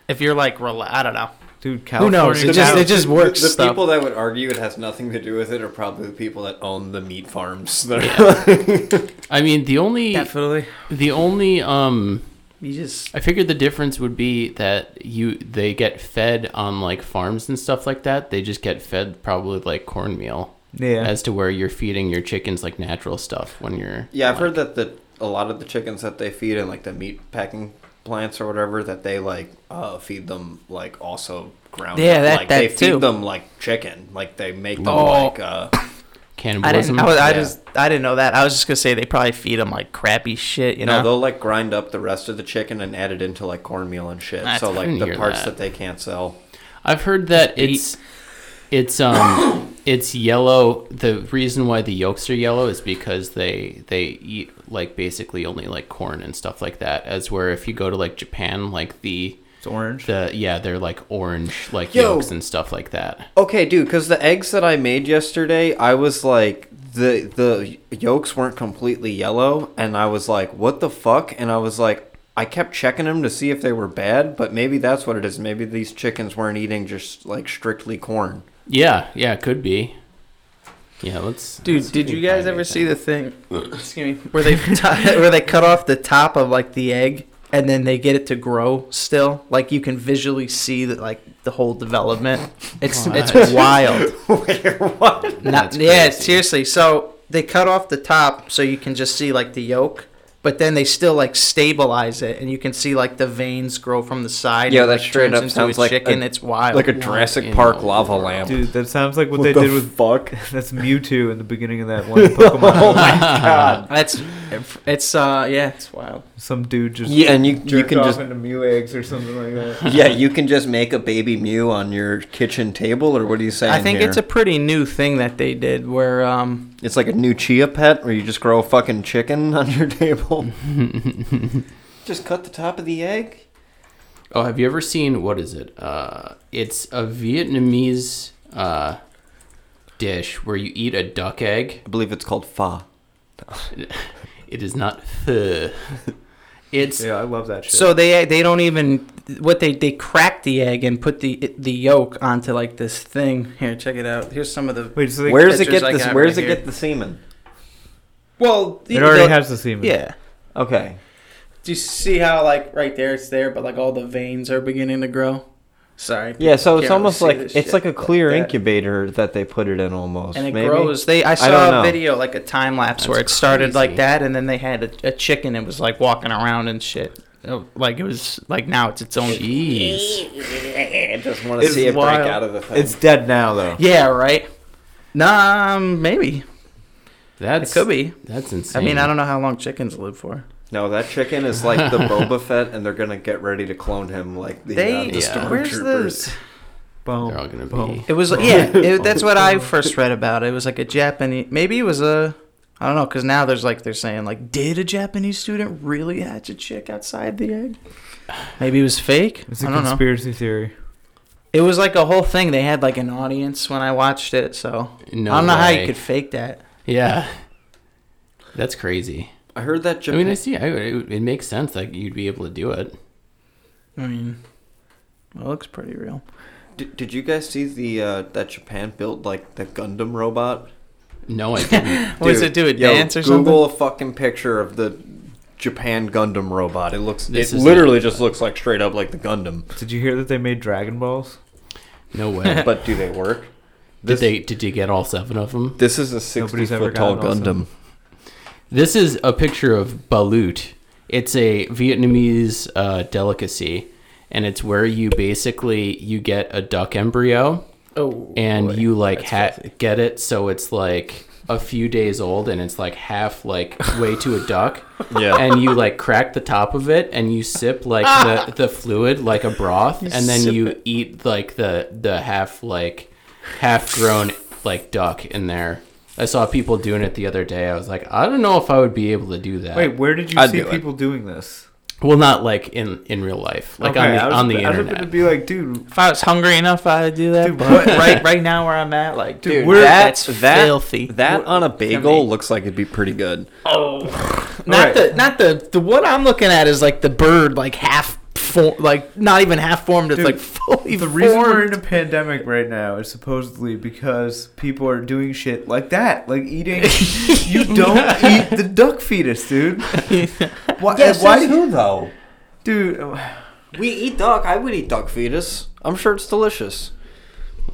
[SPEAKER 1] If you're like, rela- I don't know.
[SPEAKER 3] Dude,
[SPEAKER 1] Who
[SPEAKER 3] California.
[SPEAKER 1] knows? It just it just works.
[SPEAKER 4] The,
[SPEAKER 1] stuff.
[SPEAKER 4] people that would argue it has nothing to do with it are probably the people that own the meat farms. That are
[SPEAKER 2] I mean, the only
[SPEAKER 1] Definitely.
[SPEAKER 2] the only um,
[SPEAKER 1] You just
[SPEAKER 2] I figured the difference would be that you they get fed on like farms and stuff like that. They just get fed probably like cornmeal,
[SPEAKER 3] Yeah.
[SPEAKER 2] as to where you're feeding your chickens like natural stuff when you're.
[SPEAKER 4] Yeah, I've heard that the a lot of the chickens that they feed in like the meat packing plants or whatever that they like uh, feed them like also ground.
[SPEAKER 1] Yeah, that-
[SPEAKER 4] like,
[SPEAKER 1] that
[SPEAKER 4] they
[SPEAKER 1] too.
[SPEAKER 4] feed them like chicken. Like they make them
[SPEAKER 1] Oh.
[SPEAKER 4] like uh,
[SPEAKER 1] I
[SPEAKER 2] cannibalism.
[SPEAKER 1] didn't. I, was, I
[SPEAKER 4] Yeah.
[SPEAKER 1] just I didn't know that. I was just gonna say they probably feed them like crappy shit. You
[SPEAKER 4] no,
[SPEAKER 1] know.
[SPEAKER 4] they'll like grind up the rest of the chicken and add it into like cornmeal and shit.
[SPEAKER 1] That's-
[SPEAKER 4] so
[SPEAKER 2] I
[SPEAKER 4] like
[SPEAKER 2] didn't
[SPEAKER 4] the
[SPEAKER 2] hear
[SPEAKER 4] parts
[SPEAKER 2] that.
[SPEAKER 4] that. they can't sell.
[SPEAKER 2] I've heard that it's it's um it's yellow. The reason why the yolks are yellow is because they they eat like basically only like corn and stuff like that. As where if you go to like Japan, like the
[SPEAKER 3] It's orange.
[SPEAKER 2] the yeah they're like orange like
[SPEAKER 4] Yo.
[SPEAKER 2] yolks and stuff like that.
[SPEAKER 4] Okay, dude, because the eggs that I made yesterday, I was like, the the yolks weren't completely yellow, and I was like, what the fuck? And I was like, I kept checking them to see if they were bad, but maybe that's what it is. Maybe these chickens weren't eating just like strictly corn.
[SPEAKER 2] Yeah, yeah, it could be. Yeah, let's.
[SPEAKER 1] Dude,
[SPEAKER 2] let's see
[SPEAKER 1] did
[SPEAKER 2] if
[SPEAKER 1] you
[SPEAKER 2] we can
[SPEAKER 1] guys
[SPEAKER 2] find
[SPEAKER 1] ever see
[SPEAKER 2] anything.
[SPEAKER 1] the thing? Excuse me. Where they t- where they cut off the top of like the egg and then they get it to grow still. Like you can visually see that like the whole development. It's
[SPEAKER 2] What?
[SPEAKER 1] it's wild. Not,
[SPEAKER 2] That's
[SPEAKER 1] yeah,
[SPEAKER 2] crazy.
[SPEAKER 1] seriously. So they cut off the top so you can just see like the yolk, but then they still like stabilize it, and you can see like the veins grow from the side.
[SPEAKER 4] Yeah,
[SPEAKER 1] and,
[SPEAKER 4] that
[SPEAKER 1] like,
[SPEAKER 4] straight
[SPEAKER 1] turns
[SPEAKER 4] up
[SPEAKER 1] into
[SPEAKER 4] sounds
[SPEAKER 1] a
[SPEAKER 4] like a-
[SPEAKER 1] chicken. it's wild.
[SPEAKER 4] like a
[SPEAKER 2] What
[SPEAKER 4] Jurassic
[SPEAKER 2] in
[SPEAKER 4] Park
[SPEAKER 2] the
[SPEAKER 4] lava
[SPEAKER 2] world?
[SPEAKER 4] lamp.
[SPEAKER 3] Dude, that sounds like what, they
[SPEAKER 4] the
[SPEAKER 3] did with
[SPEAKER 4] fuck?
[SPEAKER 3] that's Mewtwo in the beginning of that one Pokemon.
[SPEAKER 4] God.
[SPEAKER 1] That's it's uh yeah, it's wild.
[SPEAKER 3] Some dude just
[SPEAKER 4] Yeah, and you you
[SPEAKER 3] jerked
[SPEAKER 4] can
[SPEAKER 3] off
[SPEAKER 4] just
[SPEAKER 3] into Mew eggs or something like that.
[SPEAKER 4] yeah you can just make a baby Mew on your kitchen table, or what are you saying?
[SPEAKER 1] I think
[SPEAKER 4] here?
[SPEAKER 1] it's a pretty new thing that they did where um
[SPEAKER 4] It's like a new chia pet where you just grow a fucking chicken on your table. just cut the top of the egg.
[SPEAKER 2] Oh, have you ever seen what is it? Uh, it's a Vietnamese uh, dish where you eat a duck egg.
[SPEAKER 4] I believe it's called pho.
[SPEAKER 2] It is not pho. It's
[SPEAKER 3] Yeah, I love that shit.
[SPEAKER 1] so they they don't even what they they crack the egg and put the the yolk onto like this thing. Here, check it out. Here's some of the
[SPEAKER 3] Wait, so they,
[SPEAKER 4] Where does it
[SPEAKER 1] pictures
[SPEAKER 4] get
[SPEAKER 1] I
[SPEAKER 4] this?
[SPEAKER 1] got
[SPEAKER 4] Where
[SPEAKER 1] right
[SPEAKER 4] does it
[SPEAKER 1] here.
[SPEAKER 4] get the semen?
[SPEAKER 1] Well,
[SPEAKER 3] it already has the semen.
[SPEAKER 1] Yeah.
[SPEAKER 4] Okay.
[SPEAKER 1] Do you see how like right there it's there, but like all the veins are beginning to grow? Sorry.
[SPEAKER 4] Yeah, so
[SPEAKER 1] Can't
[SPEAKER 4] it's
[SPEAKER 1] really
[SPEAKER 4] almost
[SPEAKER 1] see
[SPEAKER 4] like
[SPEAKER 1] this
[SPEAKER 4] it's
[SPEAKER 1] shit,
[SPEAKER 4] like a
[SPEAKER 1] but
[SPEAKER 4] clear
[SPEAKER 1] that-
[SPEAKER 4] incubator that they put it in almost.
[SPEAKER 1] And it
[SPEAKER 4] maybe?
[SPEAKER 1] grows. They I
[SPEAKER 4] don't
[SPEAKER 1] saw
[SPEAKER 4] know.
[SPEAKER 1] a video like a time lapse where it
[SPEAKER 2] That's
[SPEAKER 1] started like
[SPEAKER 2] crazy.
[SPEAKER 1] that, and then they had a, a chicken and was like walking around and shit. Oh, Like it was like now it's its own.
[SPEAKER 2] jeez.
[SPEAKER 4] I just want to
[SPEAKER 3] It's
[SPEAKER 4] see it
[SPEAKER 1] wild.
[SPEAKER 4] break out of the thing.
[SPEAKER 3] It's dead now though.
[SPEAKER 1] Yeah. Right. Nah, um, maybe
[SPEAKER 2] That's
[SPEAKER 1] it could be.
[SPEAKER 2] That's insane.
[SPEAKER 1] I mean, I don't know how long chickens live for.
[SPEAKER 4] no, that chicken is like the Boba Fett, and they're gonna get ready to clone him like the, uh,
[SPEAKER 1] They.
[SPEAKER 4] the
[SPEAKER 2] yeah.
[SPEAKER 1] Where's
[SPEAKER 4] stormtroopers.
[SPEAKER 1] the?
[SPEAKER 3] Boom.
[SPEAKER 2] They're all gonna
[SPEAKER 3] boom.
[SPEAKER 2] be.
[SPEAKER 1] It was yeah. It, that's what I first read about. It was like a Japanese. Maybe it was a. I don't know, because now there's like they're saying like, did a Japanese student really hatch a chick outside the egg? Maybe it was fake.
[SPEAKER 3] It's
[SPEAKER 1] I
[SPEAKER 3] a
[SPEAKER 1] don't know.
[SPEAKER 3] conspiracy theory.
[SPEAKER 1] It was like a whole thing. They had like an audience when I watched it, so
[SPEAKER 2] No
[SPEAKER 1] I don't know how you
[SPEAKER 2] way.
[SPEAKER 1] could fake that.
[SPEAKER 2] Yeah. That's crazy.
[SPEAKER 4] I heard that.
[SPEAKER 2] I mean, I see. I, it, it makes sense that you'd be able to do it.
[SPEAKER 1] I mean, it looks pretty real.
[SPEAKER 4] Did, did you guys see the uh, that Japan built like the Gundam robot?
[SPEAKER 2] No, I didn't.
[SPEAKER 1] What does it do? A
[SPEAKER 4] yo,
[SPEAKER 1] dance or
[SPEAKER 4] Google a fucking picture of the Japan Gundam robot. It looks.
[SPEAKER 2] This
[SPEAKER 4] it
[SPEAKER 2] is
[SPEAKER 4] literally just looks like straight up like the Gundam.
[SPEAKER 3] Did you hear that they made Dragon Balls?
[SPEAKER 2] No way.
[SPEAKER 4] But do they work?
[SPEAKER 2] did
[SPEAKER 4] This,
[SPEAKER 2] they? Did you get all seven of them?
[SPEAKER 4] this is a
[SPEAKER 3] Nobody's ever
[SPEAKER 4] 60 foot tall
[SPEAKER 3] gotten
[SPEAKER 4] Gundam.
[SPEAKER 3] awesome.
[SPEAKER 2] This is a picture of balut. It's a Vietnamese uh, delicacy, and it's where you basically you get a duck embryo
[SPEAKER 1] something? Oh,
[SPEAKER 2] and
[SPEAKER 1] boy.
[SPEAKER 2] you like
[SPEAKER 1] That's
[SPEAKER 2] ha-
[SPEAKER 1] filthy.
[SPEAKER 2] get it so it's like a few days old and it's like half like way to a duck
[SPEAKER 4] Yeah.
[SPEAKER 2] and you like crack the top of it and you sip like the, the fluid like a broth and then
[SPEAKER 1] sip
[SPEAKER 2] you eat like the the half like half grown like duck in there i saw people doing it the other day i was like i don't know if i would be able to do that
[SPEAKER 3] Wait, where did you
[SPEAKER 4] I'd
[SPEAKER 3] see
[SPEAKER 4] do it.
[SPEAKER 3] people doing this?
[SPEAKER 2] well not like in in real life like on the,
[SPEAKER 3] I was,
[SPEAKER 2] on
[SPEAKER 3] I
[SPEAKER 2] the
[SPEAKER 3] was about to
[SPEAKER 2] internet
[SPEAKER 3] be like, dude,
[SPEAKER 1] If I was hungry enough, I'd do that.
[SPEAKER 3] Dude,
[SPEAKER 1] but
[SPEAKER 3] what-
[SPEAKER 1] right, right now where I'm at, like,
[SPEAKER 3] Dude,
[SPEAKER 1] dude,
[SPEAKER 3] we're-
[SPEAKER 1] that's filthy.
[SPEAKER 4] That on a
[SPEAKER 1] Yummy.
[SPEAKER 4] bagel looks like it'd be pretty good.
[SPEAKER 1] Not
[SPEAKER 3] Alright.
[SPEAKER 1] the not the the what I'm looking at is like the bird like half form like not even half formed it's
[SPEAKER 3] Dude,
[SPEAKER 1] like fully
[SPEAKER 3] the
[SPEAKER 1] formed.
[SPEAKER 3] reason we're in a pandemic right now is supposedly because people are doing shit like that, like eating. you don't eat the duck fetus, dude. Why? why do you-
[SPEAKER 4] though?
[SPEAKER 3] dude? oh,
[SPEAKER 4] We eat duck. I would eat duck fetus. I'm sure it's delicious.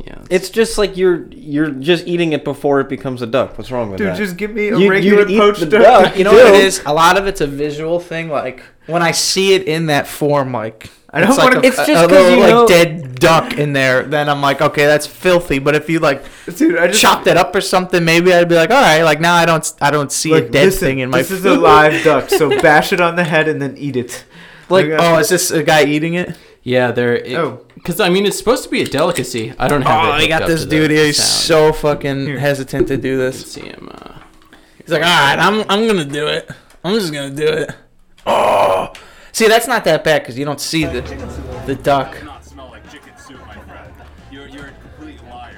[SPEAKER 2] yeah.
[SPEAKER 4] It's just like you're you're just eating it before it becomes a duck. What's wrong with
[SPEAKER 3] Dude,
[SPEAKER 4] that?
[SPEAKER 3] just give me a
[SPEAKER 4] You-
[SPEAKER 3] regular
[SPEAKER 4] you'd eat
[SPEAKER 3] poached
[SPEAKER 4] the
[SPEAKER 3] duck.
[SPEAKER 4] duck.
[SPEAKER 1] you know
[SPEAKER 4] do.
[SPEAKER 1] what it is? A lot of it's a visual thing. Like when I see it in that form, like
[SPEAKER 3] I don't
[SPEAKER 1] it's like
[SPEAKER 3] wanna-
[SPEAKER 1] a,
[SPEAKER 4] It's just
[SPEAKER 1] a
[SPEAKER 4] 'cause
[SPEAKER 1] little,
[SPEAKER 4] you
[SPEAKER 1] like
[SPEAKER 4] know-
[SPEAKER 1] dead duck in there. Then I'm like, okay, that's filthy. But if you like
[SPEAKER 3] Dude, I just
[SPEAKER 1] chopped it up or something, maybe I'd be like, all right, like now I don't I don't see a
[SPEAKER 3] like,
[SPEAKER 1] dead
[SPEAKER 3] listen,
[SPEAKER 1] thing in my.
[SPEAKER 3] This is a live duck, so bash it on the head and then eat it.
[SPEAKER 1] like,
[SPEAKER 3] Like,
[SPEAKER 1] oh, is this a guy eating it?
[SPEAKER 2] Yeah, there.
[SPEAKER 3] Oh.
[SPEAKER 2] because I mean, it's supposed to be a delicacy. I don't have.
[SPEAKER 1] Oh,
[SPEAKER 2] it
[SPEAKER 1] we
[SPEAKER 2] hooked
[SPEAKER 1] got
[SPEAKER 2] up
[SPEAKER 1] this
[SPEAKER 2] to the
[SPEAKER 1] dude here. He's
[SPEAKER 2] sound.
[SPEAKER 1] so fucking
[SPEAKER 3] Here.
[SPEAKER 1] hesitant to do
[SPEAKER 2] You
[SPEAKER 1] this.
[SPEAKER 2] can see him. Uh,
[SPEAKER 1] He's like, all right, I'm I'm gonna do it. I'm just gonna do it. Oh, see, that's not that bad because you don't see the the duck.
[SPEAKER 5] does not smell like chicken soup, my friend. You're, you're a complete liar.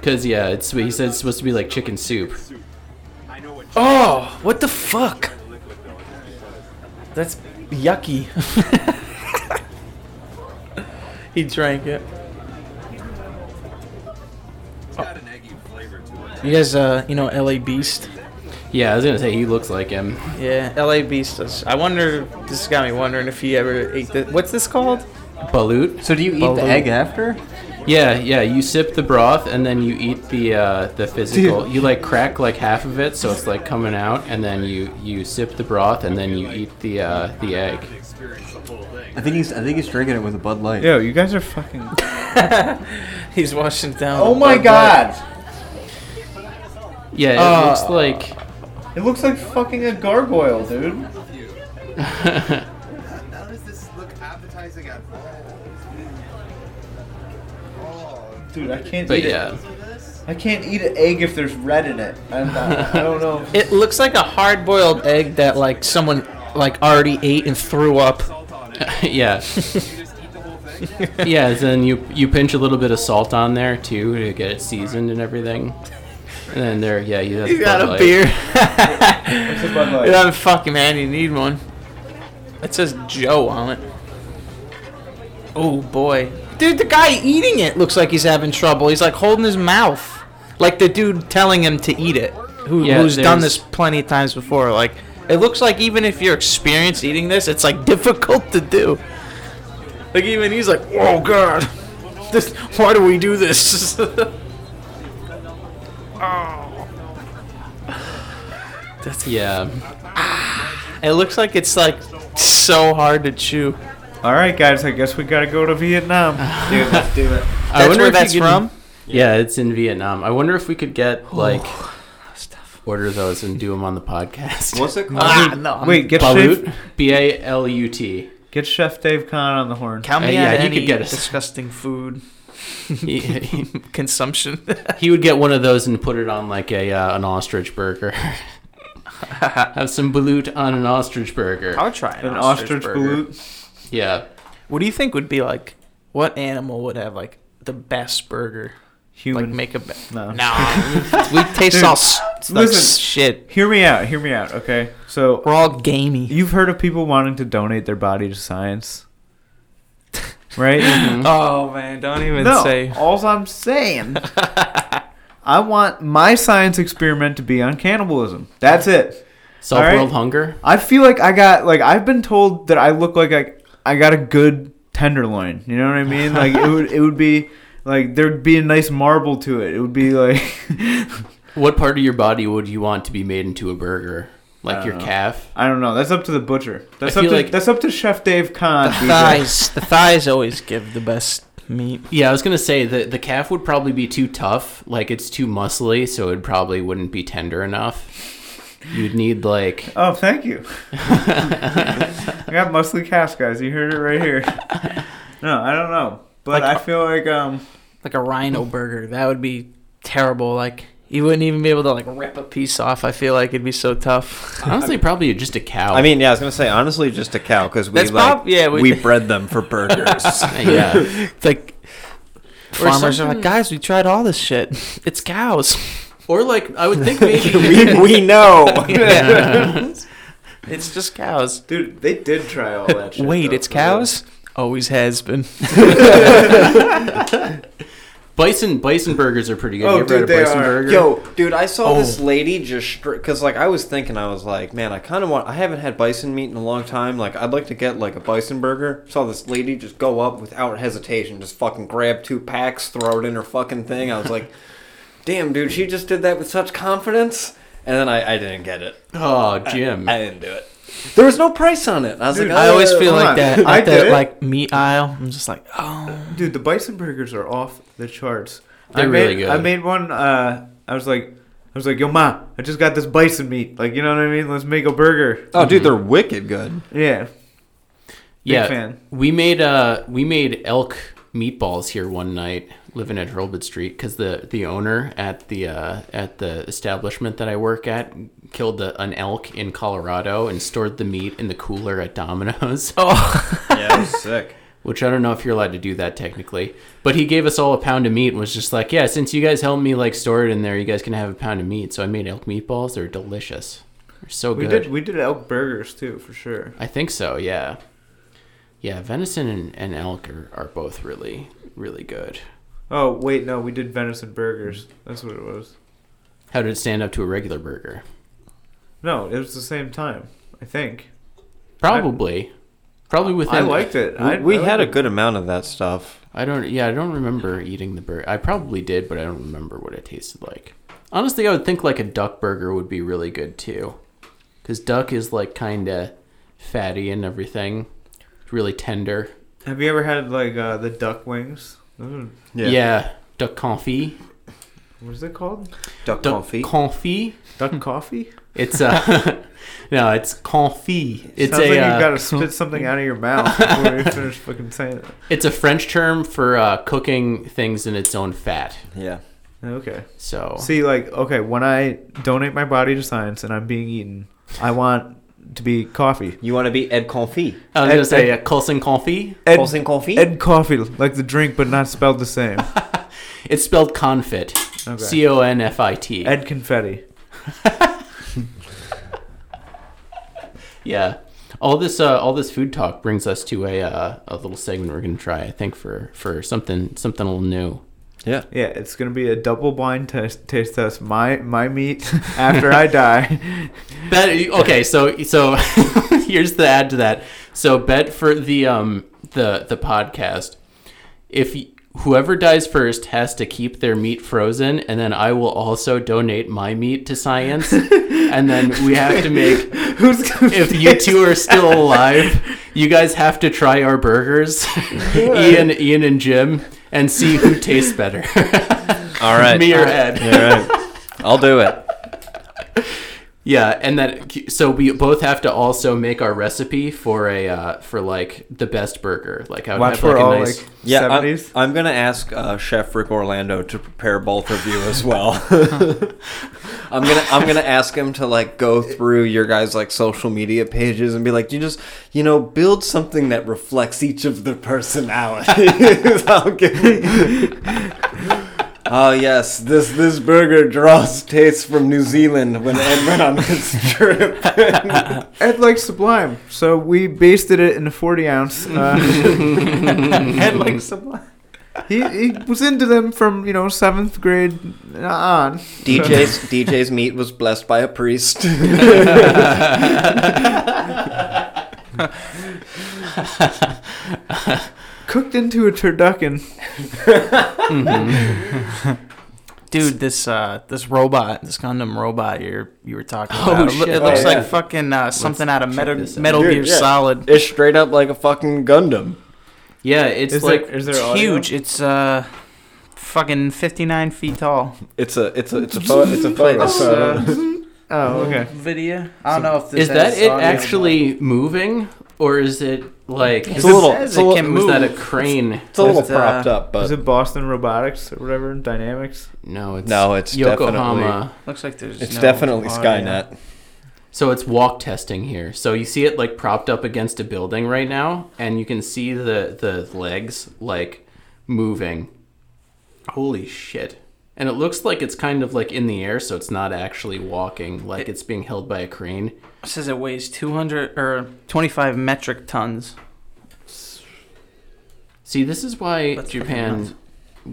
[SPEAKER 2] Cause yeah, it's he said it's supposed to be like chicken soup.
[SPEAKER 5] Soup. I know what chicken
[SPEAKER 1] Oh, what the fuck?
[SPEAKER 5] liquid though is.
[SPEAKER 1] That's yucky. he drank it.
[SPEAKER 5] It's got an eggy flavor to it.
[SPEAKER 1] You guys, uh, you know, LA Beast.
[SPEAKER 2] Yeah, I was gonna say he looks like him.
[SPEAKER 1] Yeah, LA Beast. Does. I wonder. This got me wondering if he ever ate the. What's this called?
[SPEAKER 2] Balut.
[SPEAKER 4] so do you eat
[SPEAKER 1] Balut.
[SPEAKER 4] after?
[SPEAKER 2] Yeah, yeah. You sip the broth and then you eat the uh, the physical. You like crack like half of it, so it's like coming out, and then you you sip the broth and then you eat the uh, the egg.
[SPEAKER 5] Experience the whole thing.
[SPEAKER 4] I think he's I think he's drinking it with a Bud Light.
[SPEAKER 3] Yo, you guys are fucking.
[SPEAKER 1] He's washing it down.
[SPEAKER 4] Oh
[SPEAKER 1] with
[SPEAKER 4] my
[SPEAKER 1] Bud Light.
[SPEAKER 4] God!
[SPEAKER 2] Yeah, it
[SPEAKER 1] Uh,
[SPEAKER 2] looks like.
[SPEAKER 3] It looks like fucking a gargoyle, dude.
[SPEAKER 5] How does this look appetizing at all? Oh,
[SPEAKER 3] Dude, I can't.
[SPEAKER 2] but
[SPEAKER 3] eat it.
[SPEAKER 2] yeah,
[SPEAKER 3] I can't eat an egg if there's red in it. I'm not, I don't know.
[SPEAKER 1] It looks like a hard-boiled egg that like someone like already ate and threw up.
[SPEAKER 5] salt on it.
[SPEAKER 2] yeah,
[SPEAKER 5] You just eat the whole thing.
[SPEAKER 2] yeah. Then you you pinch a little bit of salt on there too to get it seasoned and everything. And then there, yeah, you have
[SPEAKER 1] You
[SPEAKER 2] the
[SPEAKER 1] got
[SPEAKER 2] Bud
[SPEAKER 1] a
[SPEAKER 2] Light.
[SPEAKER 1] beer.
[SPEAKER 3] It's a Bud Light.
[SPEAKER 1] yeah, I'm fucking man. You need one. It says Joe on it. Oh boy, dude, the guy eating it looks like he's having trouble. He's like holding his mouth, like the dude telling him to eat it, who,
[SPEAKER 2] Yeah,
[SPEAKER 1] who's done
[SPEAKER 2] there's-
[SPEAKER 1] this plenty of times before. Like, it looks like even if you're experienced eating this, it's like difficult to do. Like even he's like, oh god, this. Why do we do this?
[SPEAKER 2] Yeah,
[SPEAKER 1] It looks like it's like so hard to chew.
[SPEAKER 3] All right, guys. I guess we gotta go to Vietnam. Dude, let's do it.
[SPEAKER 2] I
[SPEAKER 1] That's
[SPEAKER 2] wonder if
[SPEAKER 1] where
[SPEAKER 2] you
[SPEAKER 1] that's
[SPEAKER 2] can-
[SPEAKER 1] from.
[SPEAKER 2] Yeah, it's in Vietnam. I wonder if we could get like order those and do them on the podcast.
[SPEAKER 4] What's it called?
[SPEAKER 1] Ah, no. I'm-
[SPEAKER 3] Wait, get
[SPEAKER 2] Balut?
[SPEAKER 3] Chef,
[SPEAKER 2] B A L U T.
[SPEAKER 3] get Chef Dave Khan on the horn.
[SPEAKER 1] Count
[SPEAKER 2] Uh,
[SPEAKER 1] me
[SPEAKER 2] yeah,
[SPEAKER 1] out of
[SPEAKER 2] he
[SPEAKER 1] any
[SPEAKER 2] could get us.
[SPEAKER 1] disgusting food
[SPEAKER 2] He- He
[SPEAKER 1] consumption.
[SPEAKER 2] he would get one of those and put it on like a uh, an ostrich burger. Have some balut on an ostrich burger.
[SPEAKER 1] I'll try
[SPEAKER 3] An ostrich balut.
[SPEAKER 2] Yeah.
[SPEAKER 1] What do you think would be like? What animal would have like the best burger?
[SPEAKER 3] Human.
[SPEAKER 1] Like make a be-
[SPEAKER 3] no.
[SPEAKER 1] no. we taste
[SPEAKER 3] Dude,
[SPEAKER 1] all s- it's like
[SPEAKER 3] listen.
[SPEAKER 1] shit.
[SPEAKER 3] Hear me out. Hear me out. Okay. So
[SPEAKER 1] We're all gamey.
[SPEAKER 3] you've heard of people wanting to donate their body to science, right?
[SPEAKER 1] Oh man, don't even
[SPEAKER 3] no. All I'm saying, I want my science experiment to be on cannibalism. That's it.
[SPEAKER 2] Solve
[SPEAKER 3] All right.
[SPEAKER 2] world hunger.
[SPEAKER 3] I feel like I got like I've been told that I look like I I got a good tenderloin. You know what I mean? Like it would it would be like there'd be a nice marble to it. It would be like
[SPEAKER 2] What part of your body would you want to be made into a burger?
[SPEAKER 3] I
[SPEAKER 2] Like your
[SPEAKER 3] don't know.
[SPEAKER 2] calf?
[SPEAKER 3] I don't know. That's up to the butcher. That's
[SPEAKER 2] I
[SPEAKER 3] up to
[SPEAKER 2] feel like-
[SPEAKER 3] that's up to Chef Dave Khan. dude.
[SPEAKER 1] Thighs. The thighs always give the best meat.
[SPEAKER 2] Yeah, I was gonna say the the calf would probably be too tough. Like it's too muscly, so it probably wouldn't be tender enough. You'd need like
[SPEAKER 3] Oh, thank you. I got muscly calves, guys. You heard it right here. No, I don't know, but
[SPEAKER 1] Like-
[SPEAKER 3] I feel like um
[SPEAKER 1] like a rhino burger. That would be terrible. Like you wouldn't even be able to like rip a piece off. I feel like it'd be so tough.
[SPEAKER 2] honestly probably just a cow.
[SPEAKER 4] I mean, yeah, I was gonna say honestly, just a cow because we
[SPEAKER 1] That's
[SPEAKER 4] like
[SPEAKER 1] prob- yeah, we-
[SPEAKER 4] we, bred them for burgers.
[SPEAKER 2] yeah.
[SPEAKER 1] It's like farmers are like, guys, we tried all this shit. It's cows.
[SPEAKER 2] Or like I would think maybe
[SPEAKER 4] we, we know.
[SPEAKER 1] It's just cows.
[SPEAKER 3] dude, they did try all that. shit,
[SPEAKER 1] Wait,
[SPEAKER 3] though,
[SPEAKER 1] it's
[SPEAKER 3] for real.
[SPEAKER 1] cows. Always has been.
[SPEAKER 2] bison bison burgers are pretty good.
[SPEAKER 3] Oh,
[SPEAKER 2] You ever
[SPEAKER 3] dude,
[SPEAKER 2] had a
[SPEAKER 3] they
[SPEAKER 2] bison
[SPEAKER 3] are.
[SPEAKER 2] burger?
[SPEAKER 4] Yo, dude, I saw this lady just because, like, I was thinking, I was like, man, I kind of want. I haven't had bison meat in a long time. Like, I'd like to get like a bison burger. Saw this lady just go up without hesitation, just fucking grab two packs, throw it in her fucking thing. I was like, damn, dude, she just did that with such confidence. And then I, I didn't get it.
[SPEAKER 2] Oh, Jim.
[SPEAKER 4] I didn't do it. There was no price on it. I was
[SPEAKER 3] Dude,
[SPEAKER 4] like,
[SPEAKER 1] I always
[SPEAKER 4] uh,
[SPEAKER 1] feel
[SPEAKER 3] hold
[SPEAKER 1] like
[SPEAKER 3] on.
[SPEAKER 1] that.
[SPEAKER 3] I
[SPEAKER 1] At
[SPEAKER 3] did
[SPEAKER 1] the
[SPEAKER 3] it.
[SPEAKER 1] like meat aisle, I'm just like, oh.
[SPEAKER 3] Dude, the bison burgers are off the charts. I
[SPEAKER 2] They're
[SPEAKER 3] made,
[SPEAKER 2] really good.
[SPEAKER 3] I made one. Uh, I was like, I was like, yo, ma, I just got this bison meat. Like, you know what I mean? Let's make a burger.
[SPEAKER 4] oh, dude, they're wicked good.
[SPEAKER 3] Yeah. Big
[SPEAKER 2] yeah.
[SPEAKER 3] fan.
[SPEAKER 2] We made uh we made elk meatballs here one night living at Hurlbut Street because the the owner at the uh, at the establishment that I work at killed a, an elk in Colorado and stored the meat in the cooler at Domino's.
[SPEAKER 1] "Oh."
[SPEAKER 4] Yeah, it was sick.
[SPEAKER 2] which I don't know if you're allowed to do that technically. But he gave us all a pound of meat and was just like, "Yeah, since you guys helped me like store it in there, you guys can have a pound of meat." So I made elk meatballs. They're delicious. They're so
[SPEAKER 3] We
[SPEAKER 2] good.
[SPEAKER 3] did. We did elk burgers too, for sure.
[SPEAKER 2] I think so. Yeah, yeah. Venison and, and elk are, are both really really good.
[SPEAKER 3] Oh wait, no, we did venison burgers. That's what it was.
[SPEAKER 2] How did it stand up to a regular burger?
[SPEAKER 3] No, it was the same time. I think.
[SPEAKER 2] Probably, probably within.
[SPEAKER 3] I liked it. I,
[SPEAKER 4] we
[SPEAKER 3] I
[SPEAKER 4] had a
[SPEAKER 3] liked it.
[SPEAKER 4] good amount of that stuff.
[SPEAKER 2] I don't. Yeah, I don't remember eating the burger. I probably did, but I don't remember what it tasted like. Honestly, I would think like a duck burger would be really good too, because duck is like kind of fatty and everything. It's really tender.
[SPEAKER 3] Have you ever had like uh, the duck wings? Those are-
[SPEAKER 2] Yeah. Duck confit.
[SPEAKER 3] What is it called?
[SPEAKER 4] Duck
[SPEAKER 2] Duck
[SPEAKER 4] confit.
[SPEAKER 2] confit.
[SPEAKER 3] Duck coffee?
[SPEAKER 2] It's uh no, it's confit. It's
[SPEAKER 3] Sounds
[SPEAKER 2] a
[SPEAKER 3] like you
[SPEAKER 2] uh,
[SPEAKER 3] gotta spit something out of your mouth before you finish fucking saying it.
[SPEAKER 2] it's a French term for uh, cooking things in its own fat.
[SPEAKER 4] yeah.
[SPEAKER 3] Okay.
[SPEAKER 2] So
[SPEAKER 3] See, like, okay, when I donate my body to science and I'm being eaten, I want to be coffee.
[SPEAKER 4] You want to be Ed Confit?
[SPEAKER 2] I was gonna
[SPEAKER 3] Ed-
[SPEAKER 2] say uh, Colson confit.
[SPEAKER 3] Ed,
[SPEAKER 4] Colson Confit?
[SPEAKER 3] Ed coffee, like the drink, but not spelled the same.
[SPEAKER 2] It's spelled confit.
[SPEAKER 3] Okay.
[SPEAKER 2] C O N F I T.
[SPEAKER 3] Ed confetti.
[SPEAKER 2] Yeah. All this uh, all this food talk brings us to a uh, a little segment we're gonna try. I think for for something something a little new.
[SPEAKER 4] Yeah.
[SPEAKER 3] Yeah, it's gonna be a double blind test, taste test. My my meat after I die.
[SPEAKER 2] Bet okay, so so here's the add to that. So bet for the um the the podcast. If y- whoever dies first has to keep their meat frozen, and then I will also donate my meat to science, and then we have to make.
[SPEAKER 3] Who's gonna
[SPEAKER 2] If you two are still alive, you guys have to try our burgers, Ian, Ian, and Jim, and see who tastes better.
[SPEAKER 4] All right.
[SPEAKER 2] Me or Ed.
[SPEAKER 4] All right. I'll do it.
[SPEAKER 2] Yeah, and then so we both have to also make our recipe for a uh, for like the best burger. Like I would
[SPEAKER 3] watch
[SPEAKER 2] have like
[SPEAKER 3] for
[SPEAKER 2] a
[SPEAKER 3] all
[SPEAKER 2] nice.
[SPEAKER 3] like
[SPEAKER 4] Yeah, I'm,
[SPEAKER 3] seventies?
[SPEAKER 4] I'm gonna ask uh, Chef Rick Orlando to prepare both of you as well. I'm gonna I'm gonna ask him to like go through your guys like social media pages and be like, you just you know build something that reflects each of the personalities. I'll give him- Oh yes, this this burger draws taste from New Zealand when Ed went on his trip.
[SPEAKER 3] Ed likes Sublime, so we basted it in a 40 ounce. Uh, Ed likes Sublime. He, he was into them from you know seventh grade on.
[SPEAKER 4] DJ's DJ's meat was blessed by a priest.
[SPEAKER 3] cooked into a turducken.
[SPEAKER 1] Dude, this uh, this robot, this Gundam robot you're you were talking
[SPEAKER 2] Oh,
[SPEAKER 1] about. it loo-
[SPEAKER 2] shit.
[SPEAKER 1] It looks
[SPEAKER 4] Oh, yeah.
[SPEAKER 1] like fucking uh, something out of Metal
[SPEAKER 2] this out.
[SPEAKER 1] Metal
[SPEAKER 4] Dude,
[SPEAKER 1] Gear
[SPEAKER 4] yeah.
[SPEAKER 1] Solid.
[SPEAKER 4] It's straight up like a fucking Gundam.
[SPEAKER 2] Yeah, it's
[SPEAKER 3] Is
[SPEAKER 2] like
[SPEAKER 3] there, is there
[SPEAKER 1] It's
[SPEAKER 3] audio?
[SPEAKER 1] huge. It's uh, fucking 59 feet tall.
[SPEAKER 4] It's a it's a it's a photo. It's a
[SPEAKER 1] Play
[SPEAKER 4] photo.
[SPEAKER 1] this,
[SPEAKER 4] photo.
[SPEAKER 1] uh,
[SPEAKER 3] Oh, okay.
[SPEAKER 1] video. I don't know if this
[SPEAKER 2] is that
[SPEAKER 1] has
[SPEAKER 2] it
[SPEAKER 1] audio.
[SPEAKER 2] actually moving or is it like
[SPEAKER 1] It's
[SPEAKER 2] is
[SPEAKER 4] a little-
[SPEAKER 1] Says
[SPEAKER 4] it's a
[SPEAKER 1] it
[SPEAKER 4] little-
[SPEAKER 1] can
[SPEAKER 2] was
[SPEAKER 1] move.
[SPEAKER 2] that a crane?
[SPEAKER 4] it's a little
[SPEAKER 1] It's, uh,
[SPEAKER 4] propped up,
[SPEAKER 3] Is
[SPEAKER 4] but
[SPEAKER 3] it Boston Robotics or whatever? Dynamics.
[SPEAKER 2] No, it's
[SPEAKER 4] No, it's
[SPEAKER 2] Yokohama.
[SPEAKER 4] definitely-
[SPEAKER 1] Looks like there's.
[SPEAKER 4] it's
[SPEAKER 1] no
[SPEAKER 4] definitely
[SPEAKER 1] audio.
[SPEAKER 4] Skynet.
[SPEAKER 2] So it's walk testing here. So you see it like propped up against a building right now, and you can see the the legs like moving. Holy shit! And it looks like it's kind of like in the air, so it's not actually walking. Like it's being held by a crane.
[SPEAKER 1] It says it weighs 200 or 25 metric tons.
[SPEAKER 2] See, this is why
[SPEAKER 1] That's pretty
[SPEAKER 2] Japan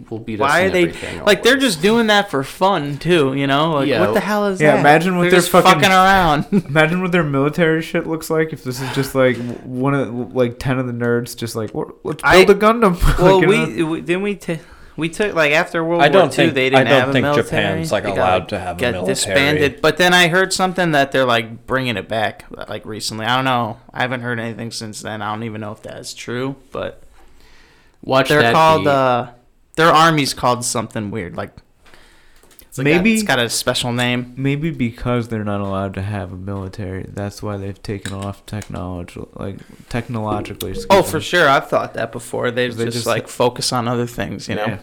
[SPEAKER 2] will beat us.
[SPEAKER 1] Why
[SPEAKER 2] in
[SPEAKER 1] are they
[SPEAKER 2] everything
[SPEAKER 1] like? They're
[SPEAKER 2] always.
[SPEAKER 1] just doing that for fun too, you know? Like,
[SPEAKER 2] Yeah.
[SPEAKER 1] what the hell is
[SPEAKER 3] Yeah,
[SPEAKER 1] that?
[SPEAKER 3] imagine what
[SPEAKER 1] They're
[SPEAKER 3] their
[SPEAKER 1] just
[SPEAKER 3] fucking-
[SPEAKER 1] around.
[SPEAKER 3] Imagine what their military shit looks like if this is just like w- one of like ten of the nerds just like "We're- let's build
[SPEAKER 1] I-
[SPEAKER 3] a Gundam. Like,
[SPEAKER 1] well,
[SPEAKER 3] you know?
[SPEAKER 1] we, we didn't we t- we took like after World
[SPEAKER 4] I don't
[SPEAKER 1] War II,
[SPEAKER 4] think
[SPEAKER 1] they didn't
[SPEAKER 4] I don't
[SPEAKER 1] have a
[SPEAKER 4] think
[SPEAKER 1] military.
[SPEAKER 4] Japan's like
[SPEAKER 1] They got-
[SPEAKER 4] allowed to have a
[SPEAKER 1] got
[SPEAKER 4] military.
[SPEAKER 1] disbanded. But then I heard something that they're like bringing it back, like recently. I don't know. I haven't heard anything since then. I don't even know if that's true, but
[SPEAKER 2] watch
[SPEAKER 1] they're
[SPEAKER 2] that
[SPEAKER 1] called
[SPEAKER 2] be-
[SPEAKER 1] uh, their army's called something weird. Like it's like
[SPEAKER 3] Maybe-
[SPEAKER 1] got, it's got a special name.
[SPEAKER 3] Maybe because they're not allowed to have a military, that's why they've taken off technology, like technologically. excuse
[SPEAKER 1] Oh, for
[SPEAKER 3] me.
[SPEAKER 1] sure. I've thought that before. They,
[SPEAKER 3] They
[SPEAKER 1] just,
[SPEAKER 3] just-
[SPEAKER 1] like focus on other things, you know.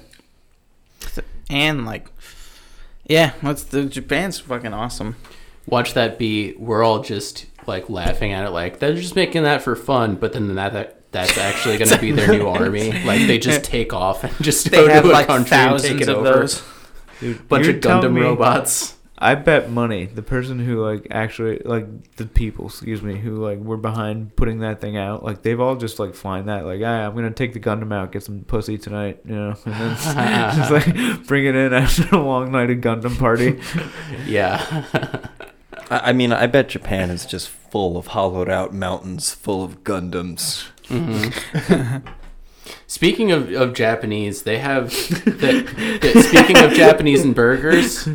[SPEAKER 3] Yeah.
[SPEAKER 1] And like, yeah, what's the Japan's fucking awesome.
[SPEAKER 2] watch that be we're all just like laughing at it like they're just making that for fun but then that, that that's actually going to be their new army like they just take off and just
[SPEAKER 1] They
[SPEAKER 2] go
[SPEAKER 1] have
[SPEAKER 2] to a
[SPEAKER 1] like
[SPEAKER 2] country and take
[SPEAKER 1] thousands
[SPEAKER 2] it
[SPEAKER 1] of
[SPEAKER 2] over
[SPEAKER 1] those.
[SPEAKER 3] Dude,
[SPEAKER 2] bunch
[SPEAKER 3] you're
[SPEAKER 2] of
[SPEAKER 3] telling
[SPEAKER 2] gundam
[SPEAKER 3] me-
[SPEAKER 2] robots
[SPEAKER 3] I bet money the person who like actually like the people, excuse me, who like were behind putting that thing out, like they've all just like flying that, like ah, I'm gonna take the Gundam out, get some pussy tonight, you know, and then just like bring it in after a long night of Gundam party.
[SPEAKER 2] yeah
[SPEAKER 4] I, I mean, I bet Japan is just full of hollowed out mountains full of Gundams.
[SPEAKER 2] Mhm. Speaking of, of Japanese, they have that, that. Speaking of Japanese and burgers,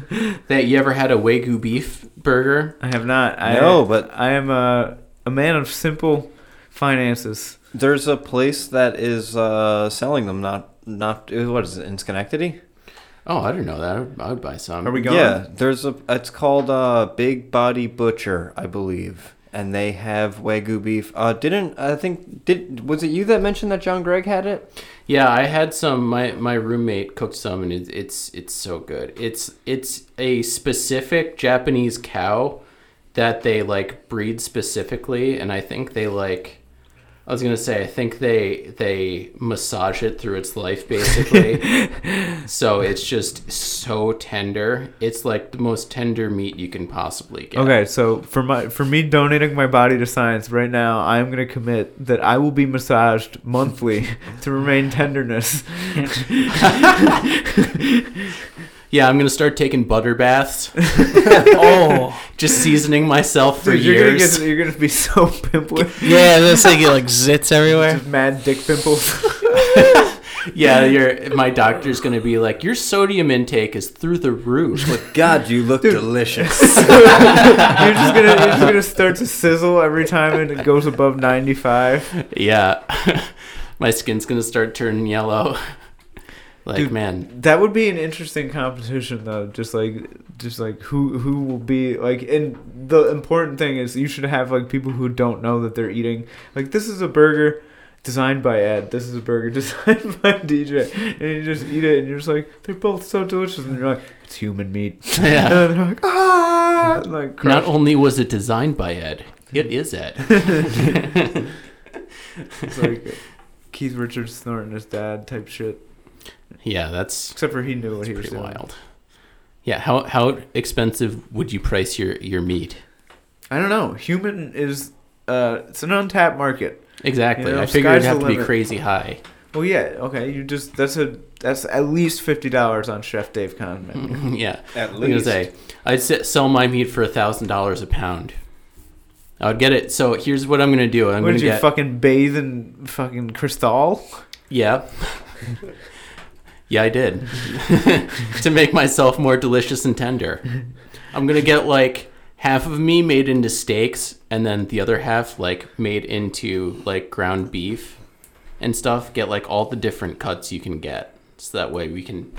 [SPEAKER 2] that you ever had a wagyu beef burger?
[SPEAKER 3] I have not. I,
[SPEAKER 4] No, but-
[SPEAKER 3] I am a a man of simple finances.
[SPEAKER 4] There's a place that is uh, selling them. Not not what is it in Schenectady?
[SPEAKER 2] Oh, I don't know that. I would, I would buy some.
[SPEAKER 3] Are we going?
[SPEAKER 4] Yeah, there's a. It's called uh, Big Body Butcher, I believe, and they have wagyu beef. Uh, didn't I think did was it you that mentioned that John Gregg had it?
[SPEAKER 2] Yeah, I had some. My my roommate cooked some, and it, it's it's so good. It's it's a specific Japanese cow that they like breed specifically, and I think they like. I was gonna say I think they they massage it through its life basically, so it's just so tender. It's like the most tender meat you can possibly get.
[SPEAKER 3] Okay, so for my for me donating my body to science right now, I am going to commit that I will be massaged monthly to remain tenderness.
[SPEAKER 2] Yeah, I'm gonna start taking butter baths,
[SPEAKER 1] oh
[SPEAKER 2] just seasoning myself for
[SPEAKER 3] Dude, you're gonna
[SPEAKER 2] years.
[SPEAKER 3] get, you're gonna be so pimply.
[SPEAKER 1] yeah, that's like you like zits everywhere.
[SPEAKER 3] Just mad dick pimples.
[SPEAKER 2] Yeah, your my doctor's gonna be like, your sodium intake is through the roof. Like,
[SPEAKER 4] God, you look delicious.
[SPEAKER 3] you're just gonna you're just gonna start to sizzle every time it goes above 95.
[SPEAKER 2] yeah, my skin's gonna start turning yellow. Like,
[SPEAKER 3] Dude.
[SPEAKER 2] man,
[SPEAKER 3] That would be an interesting competition though. Just like just like who who will be like and the important thing is you should have like people who don't know that they're eating. Like this is a burger designed by Ed. This is a burger designed by DJ. And you just eat it and you're just like they're both so delicious and you're like it's human meat. And
[SPEAKER 2] yeah.
[SPEAKER 3] then they're like ah and, like crush.
[SPEAKER 2] Not only was it designed by Ed, it is Ed.
[SPEAKER 3] It's like Keith Richards snorting his dad type shit.
[SPEAKER 2] yeah, that's
[SPEAKER 3] Except for he knew what he was
[SPEAKER 2] pretty
[SPEAKER 3] doing.
[SPEAKER 2] wild. Yeah, how how expensive would you price your your meat?
[SPEAKER 3] I don't know. Human is uh, it's an untapped market.
[SPEAKER 2] Exactly.
[SPEAKER 3] You know,
[SPEAKER 2] I figured
[SPEAKER 3] sky's
[SPEAKER 2] it'd
[SPEAKER 3] the
[SPEAKER 2] have to be
[SPEAKER 3] limit.
[SPEAKER 2] crazy high.
[SPEAKER 3] Well, yeah, okay. You just that's a that's at least fifty dollars on Chef Dave
[SPEAKER 2] Hmm.
[SPEAKER 3] Conman.
[SPEAKER 2] yeah.
[SPEAKER 4] At
[SPEAKER 2] I'm gonna say I'd se- sell my meat for a thousand dollars a pound. I would get it. So here's what I'm gonna do. I'm
[SPEAKER 3] What
[SPEAKER 2] gonna
[SPEAKER 3] did you
[SPEAKER 2] get
[SPEAKER 3] fucking bathe in fucking Cristal?
[SPEAKER 2] yeah, yeah, I did to make myself more delicious and tender. I'm gonna get like half of me made into steaks, and then the other half like made into like ground beef and stuff. Get like all the different cuts you can get, so that way we can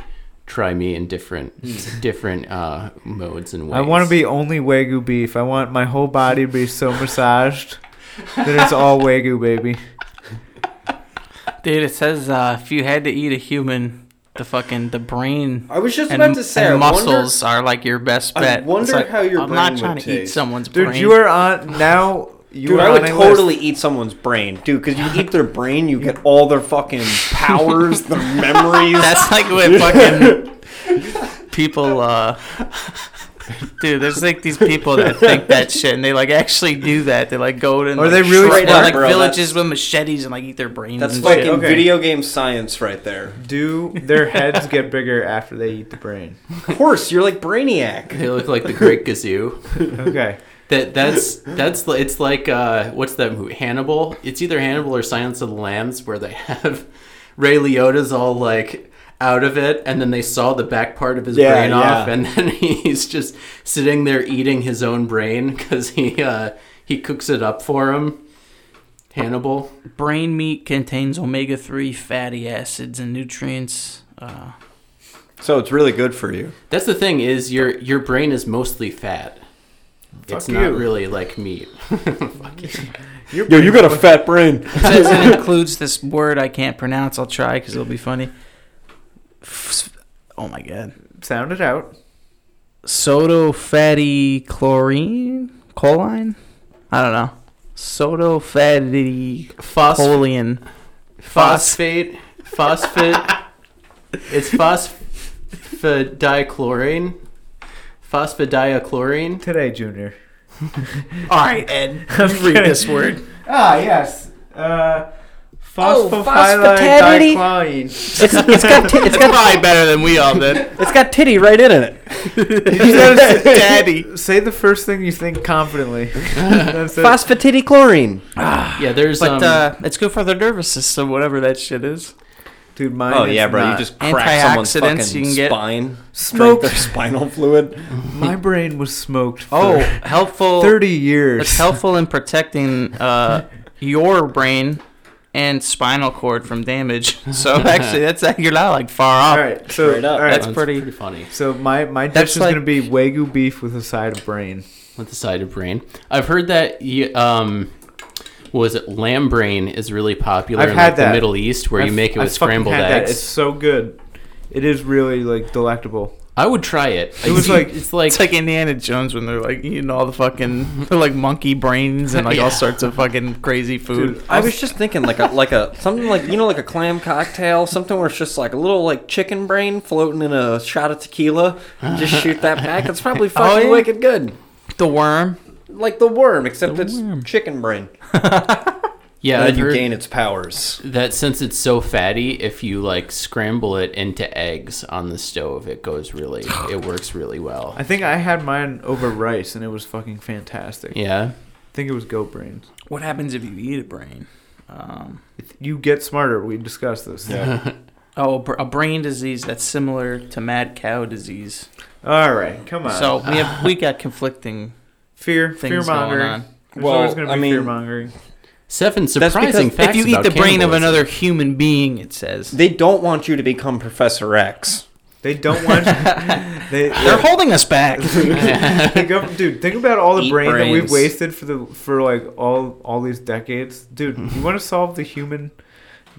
[SPEAKER 2] try me in different different uh, modes and ways.
[SPEAKER 3] I want to be only Wagyu beef. I want my whole body to be so massaged that it's all Wagyu, baby.
[SPEAKER 1] Dude, it says uh, if you had to eat a human, the fucking the brain
[SPEAKER 4] I was just
[SPEAKER 1] and,
[SPEAKER 4] about to say, I
[SPEAKER 1] and
[SPEAKER 4] wonder-
[SPEAKER 1] muscles are like your best
[SPEAKER 4] I
[SPEAKER 1] bet.
[SPEAKER 4] wonder
[SPEAKER 1] It's like,
[SPEAKER 4] how your
[SPEAKER 1] I'm not
[SPEAKER 4] brain
[SPEAKER 1] trying
[SPEAKER 4] would
[SPEAKER 1] to eat
[SPEAKER 4] taste.
[SPEAKER 1] someone's
[SPEAKER 3] Dude,
[SPEAKER 1] brain.
[SPEAKER 3] you are on now. You
[SPEAKER 4] Dude,
[SPEAKER 3] are
[SPEAKER 4] I would
[SPEAKER 3] on a
[SPEAKER 4] totally
[SPEAKER 3] list.
[SPEAKER 4] eat someone's brain, dude, because you eat their brain, you get all their fucking powers, their memories.
[SPEAKER 1] That's like what fucking people. uh Dude, there's like these people that think that shit, and they like actually do that. They like go to
[SPEAKER 3] Or
[SPEAKER 1] like,
[SPEAKER 3] they really-
[SPEAKER 1] shrine-
[SPEAKER 4] Straight up,
[SPEAKER 1] like
[SPEAKER 4] bro,
[SPEAKER 1] villages
[SPEAKER 4] that's-
[SPEAKER 1] with machetes and like eat their brains.
[SPEAKER 4] That's
[SPEAKER 1] and
[SPEAKER 4] fucking
[SPEAKER 1] shit.
[SPEAKER 3] okay.
[SPEAKER 4] video game science right there.
[SPEAKER 3] Do their heads get bigger after they eat the brain?
[SPEAKER 4] Of course, you're like Brainiac.
[SPEAKER 2] They look like the Great Gazoo.
[SPEAKER 3] Okay.
[SPEAKER 2] That that's that's li- it's like uh, what's that movie Hannibal? It's either Hannibal or Silence of the Lambs where they have Ray Liotta's all like out of it, and then they saw the back part of his
[SPEAKER 4] Yeah,
[SPEAKER 2] brain off,
[SPEAKER 4] yeah.
[SPEAKER 2] and then he's just sitting there eating his own brain because he uh, he cooks it up for him. Hannibal.
[SPEAKER 1] Brain meat contains omega three fatty acids and nutrients. Uh,
[SPEAKER 4] So it's really good for you.
[SPEAKER 2] That's the thing is your your brain is mostly fat. it's
[SPEAKER 3] Fuck
[SPEAKER 2] not
[SPEAKER 3] you.
[SPEAKER 2] really like meat. Fuck you.
[SPEAKER 4] Yo, you got a fat brain.
[SPEAKER 1] it says it includes this word I can't pronounce. I'll try because it'll be funny. F- Oh my god.
[SPEAKER 3] Sound it out.
[SPEAKER 1] Sodo fatty chlorine choline? I don't know. Sodo fatty
[SPEAKER 2] Phosphor
[SPEAKER 1] choline.
[SPEAKER 2] phosphate, phosphate. it's phosphodiachlorine. Phosphodiachlorine.
[SPEAKER 3] Today, Junior.
[SPEAKER 1] All right, Ed.
[SPEAKER 3] I'm
[SPEAKER 1] Read
[SPEAKER 3] kidding.
[SPEAKER 1] this word.
[SPEAKER 3] Ah, yes. Uh,
[SPEAKER 1] phosphatidity?
[SPEAKER 3] Phosphophyllidicline.
[SPEAKER 1] It's, it's got t- it's
[SPEAKER 2] That's
[SPEAKER 1] got
[SPEAKER 2] probably better than we all did.
[SPEAKER 1] it's got titty right in it.
[SPEAKER 3] You gotta say-
[SPEAKER 2] Daddy.
[SPEAKER 3] Say the first thing you think confidently. That's it.
[SPEAKER 4] Phosphatiddy chlorine.
[SPEAKER 2] Yeah, there's um,
[SPEAKER 1] But uh, it's good for the nervous system, whatever that shit is.
[SPEAKER 3] Dude, mine
[SPEAKER 4] Oh
[SPEAKER 3] is
[SPEAKER 4] yeah, bro! You
[SPEAKER 3] not.
[SPEAKER 4] just crack someone's
[SPEAKER 1] Antioxidants
[SPEAKER 4] fucking
[SPEAKER 1] you can get.
[SPEAKER 4] spine,
[SPEAKER 3] Smoke.
[SPEAKER 4] drink their spinal fluid.
[SPEAKER 3] My brain was smoked for
[SPEAKER 1] Oh, helpful.
[SPEAKER 3] 30 years.
[SPEAKER 1] It's helpful in protecting uh, your brain and spinal cord from damage. So actually, that's you're not like far off.
[SPEAKER 3] All right, so
[SPEAKER 4] Straight up.
[SPEAKER 3] all right,
[SPEAKER 1] That's pretty-
[SPEAKER 2] funny.
[SPEAKER 3] so my my dish
[SPEAKER 1] That's
[SPEAKER 3] is
[SPEAKER 1] like-
[SPEAKER 3] gonna be wagyu beef with a side of brain.
[SPEAKER 2] with the side of brain. I've heard that you, um, what was it lamb brain is really popular
[SPEAKER 3] I've
[SPEAKER 2] in
[SPEAKER 3] had
[SPEAKER 2] like,
[SPEAKER 3] that.
[SPEAKER 2] the Middle East where
[SPEAKER 3] I
[SPEAKER 2] you
[SPEAKER 3] f-
[SPEAKER 2] make it
[SPEAKER 3] I
[SPEAKER 2] with
[SPEAKER 3] fucking
[SPEAKER 2] scrambled
[SPEAKER 3] had that.
[SPEAKER 2] eggs.
[SPEAKER 3] It's so good. It is really like delectable.
[SPEAKER 2] I would try it.
[SPEAKER 3] It was
[SPEAKER 2] I-
[SPEAKER 3] like-
[SPEAKER 2] it's like,
[SPEAKER 1] It's like Indiana Jones when they're like eating all the fucking they're like monkey brains and like
[SPEAKER 2] Yeah.
[SPEAKER 1] all sorts of fucking crazy food.
[SPEAKER 3] Dude,
[SPEAKER 4] I was just thinking like a like a something like you know like a clam cocktail, something where it's just like a little like chicken brain floating in a shot of tequila. Just shoot that back. That's probably fucking
[SPEAKER 1] yeah.
[SPEAKER 4] wicked good.
[SPEAKER 1] the worm.
[SPEAKER 4] Like the worm, except it's
[SPEAKER 1] worm.
[SPEAKER 4] chicken brain.
[SPEAKER 2] yeah,
[SPEAKER 4] And
[SPEAKER 2] I've
[SPEAKER 4] then you
[SPEAKER 2] heard
[SPEAKER 4] gain its powers.
[SPEAKER 2] that since it's so fatty, if you like scramble it into eggs on the stove, it goes really, it works really well.
[SPEAKER 3] I think I had mine over rice and it was fucking fantastic.
[SPEAKER 2] Yeah,
[SPEAKER 3] I think it was goat brains.
[SPEAKER 1] What happens if you eat a brain? Um,
[SPEAKER 3] You get smarter. We discussed this.
[SPEAKER 1] oh, a br- a brain disease that's similar to mad cow disease.
[SPEAKER 3] All right, come on.
[SPEAKER 1] So we have we got conflicting
[SPEAKER 3] fear, fear
[SPEAKER 1] things going
[SPEAKER 3] mongering.
[SPEAKER 1] on.
[SPEAKER 3] There's
[SPEAKER 4] Well,
[SPEAKER 3] always gonna be
[SPEAKER 4] I mean-
[SPEAKER 3] fear mongering.
[SPEAKER 2] seven
[SPEAKER 4] because
[SPEAKER 2] surprising facts
[SPEAKER 1] If you eat
[SPEAKER 2] about
[SPEAKER 1] the brain of
[SPEAKER 2] cannibalism.
[SPEAKER 1] another human being, it says
[SPEAKER 4] They don't want you to become Professor X.
[SPEAKER 3] They don't want. they,
[SPEAKER 1] they're holding us back.
[SPEAKER 3] the gov- dude, think about all the
[SPEAKER 4] Eat
[SPEAKER 3] brain that we've
[SPEAKER 4] brains.
[SPEAKER 3] wasted for the for like all all these decades, dude. You want to solve the human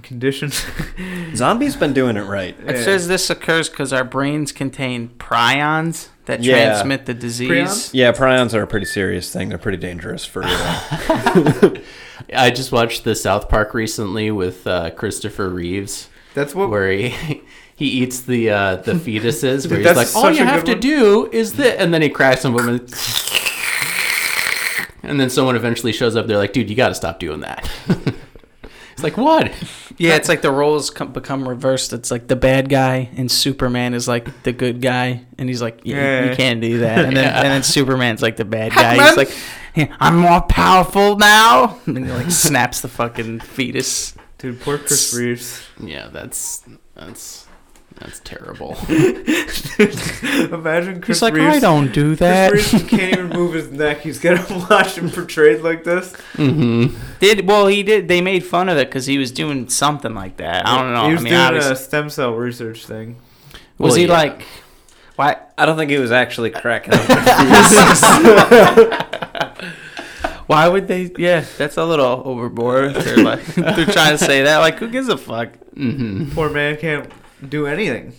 [SPEAKER 3] condition?
[SPEAKER 4] Zombie's been doing it right.
[SPEAKER 1] It
[SPEAKER 3] Yeah.
[SPEAKER 1] says this occurs because our brains contain prions that
[SPEAKER 4] Yeah.
[SPEAKER 1] transmit the disease.
[SPEAKER 3] Prions?
[SPEAKER 4] Yeah, prions are a pretty serious thing. They're pretty dangerous for real.
[SPEAKER 2] I just watched the South Park recently with uh, Christopher Reeves.
[SPEAKER 3] That's what.
[SPEAKER 2] where he he eats the uh, the fetuses. Where he's
[SPEAKER 3] That's
[SPEAKER 2] like, all
[SPEAKER 3] such
[SPEAKER 2] you
[SPEAKER 3] a
[SPEAKER 2] have
[SPEAKER 3] good
[SPEAKER 2] to
[SPEAKER 3] one."
[SPEAKER 2] do is this, and then he cracks some of them. And, and then someone eventually shows up. They're like, dude, you got to stop doing that. it's like what?
[SPEAKER 1] Yeah, it's like the roles come, become reversed. It's like the bad guy and Superman is like the good guy, and he's like, "Yeah,
[SPEAKER 3] Yeah.
[SPEAKER 1] you can't do that." And then,
[SPEAKER 2] Yeah.
[SPEAKER 1] and then Superman's like the bad guy. He's like, "Yeah, "I'm more powerful now," and then he like snaps the fucking fetus.
[SPEAKER 3] Dude, poor Chris Reeves.
[SPEAKER 2] Yeah, that's that's that's terrible.
[SPEAKER 3] Imagine Chris
[SPEAKER 1] he's like,
[SPEAKER 3] Reeves.
[SPEAKER 1] "I don't do that."
[SPEAKER 3] Chris Reeves can't even move his neck. He's gonna watch him portrayed like this.
[SPEAKER 2] Mm-hmm.
[SPEAKER 1] did well, he did. They made fun of it because he was doing something like that. I don't know.
[SPEAKER 3] He was
[SPEAKER 1] I mean,
[SPEAKER 3] doing
[SPEAKER 1] obviously,
[SPEAKER 3] a stem cell research thing.
[SPEAKER 1] was
[SPEAKER 2] Well,
[SPEAKER 1] he
[SPEAKER 2] yeah.
[SPEAKER 1] like? Why?
[SPEAKER 4] I don't think he was actually cracking up.
[SPEAKER 1] Why would they? Yeah, that's a little overboard. They're like, they're trying to say that. Like, who gives a fuck?
[SPEAKER 2] Mm-hmm.
[SPEAKER 3] Poor man can't do anything.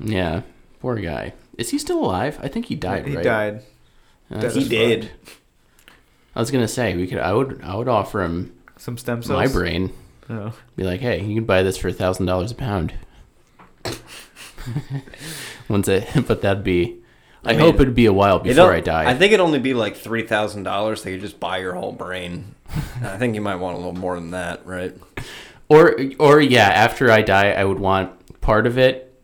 [SPEAKER 2] Yeah, poor guy. Is he still alive? I think he died.
[SPEAKER 3] he
[SPEAKER 2] right?
[SPEAKER 3] died.
[SPEAKER 2] Uh,
[SPEAKER 3] Dead
[SPEAKER 4] he
[SPEAKER 3] as fuck.
[SPEAKER 4] did.
[SPEAKER 2] I was gonna say we could. I would. I would offer him
[SPEAKER 3] Some stem cells.
[SPEAKER 2] my brain.
[SPEAKER 3] Oh.
[SPEAKER 2] Be like, hey, you can buy this for a thousand dollars a pound. Once it, but that'd be. I,
[SPEAKER 4] I mean,
[SPEAKER 2] hope it'd be a while
[SPEAKER 4] It
[SPEAKER 2] before
[SPEAKER 4] don't-
[SPEAKER 2] I die.
[SPEAKER 4] I think it'd only be like three thousand dollars. They could just buy your whole brain. I think you might want a little more than that, right?
[SPEAKER 2] or, or yeah, after I die, I would want part of it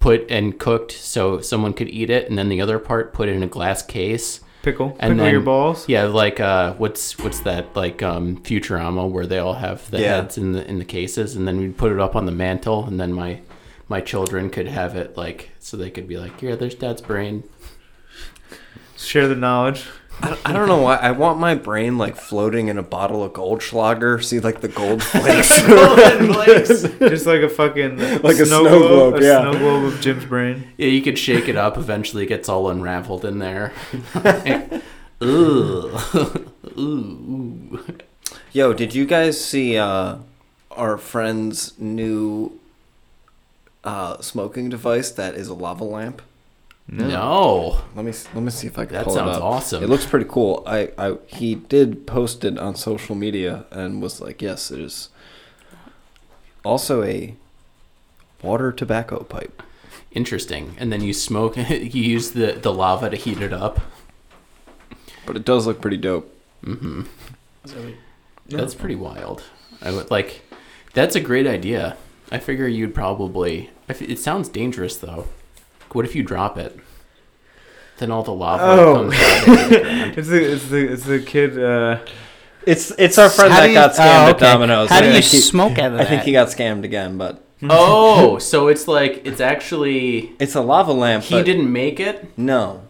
[SPEAKER 2] put and cooked so someone could eat it, and then the other part put in a glass case.
[SPEAKER 3] Pickle. Pickle
[SPEAKER 2] And then,
[SPEAKER 3] your balls.
[SPEAKER 2] Yeah, like uh, what's what's that like um, Futurama where they all have the
[SPEAKER 4] Yeah.
[SPEAKER 2] heads in the in the cases, and then we'd put it up on the mantle, and then my my children could have it like so they could be like, yeah, there's dad's brain.
[SPEAKER 3] Share the knowledge.
[SPEAKER 4] I, I don't know why. I want my brain like floating in a bottle of Goldschlager. See, like the gold flakes.
[SPEAKER 3] Just like a fucking
[SPEAKER 4] Like a snow globe,
[SPEAKER 3] a
[SPEAKER 4] yeah.
[SPEAKER 3] snow globe of Jim's brain.
[SPEAKER 2] Yeah, you could shake it up. Eventually, it gets all unraveled in there. Ooh, ooh.
[SPEAKER 4] Yo, did you guys see uh, our friend's new uh, smoking device that is a lava lamp?
[SPEAKER 2] No.
[SPEAKER 4] Let me s- let me see if I can
[SPEAKER 2] That
[SPEAKER 4] pull
[SPEAKER 2] sounds
[SPEAKER 4] it up.
[SPEAKER 2] awesome.
[SPEAKER 4] It looks pretty cool. I, I he did post it on social media and was like, "Yes, it is." Also, a water tobacco pipe.
[SPEAKER 2] interesting. And then you smoke. you use the the lava to heat it up.
[SPEAKER 4] But it does look pretty dope.
[SPEAKER 2] That's pretty wild. I would like. That's a great idea. I figure you'd probably. I f- It sounds dangerous though. What if you drop it? Then all the lava
[SPEAKER 3] Oh.
[SPEAKER 2] comes out. of it.
[SPEAKER 3] It's the it's the it's the kid. Uh,
[SPEAKER 4] It's it's our friend
[SPEAKER 1] How
[SPEAKER 4] that
[SPEAKER 1] do you-
[SPEAKER 4] got scammed
[SPEAKER 1] oh,
[SPEAKER 4] at
[SPEAKER 1] okay.
[SPEAKER 4] Domino's.
[SPEAKER 1] How
[SPEAKER 4] I
[SPEAKER 1] do you
[SPEAKER 4] think he-
[SPEAKER 1] smoke out of
[SPEAKER 4] I
[SPEAKER 1] that?
[SPEAKER 4] think he got scammed again, but
[SPEAKER 2] oh, so it's like it's actually
[SPEAKER 4] it's a lava lamp.
[SPEAKER 2] he
[SPEAKER 4] but
[SPEAKER 2] didn't make it.
[SPEAKER 4] No,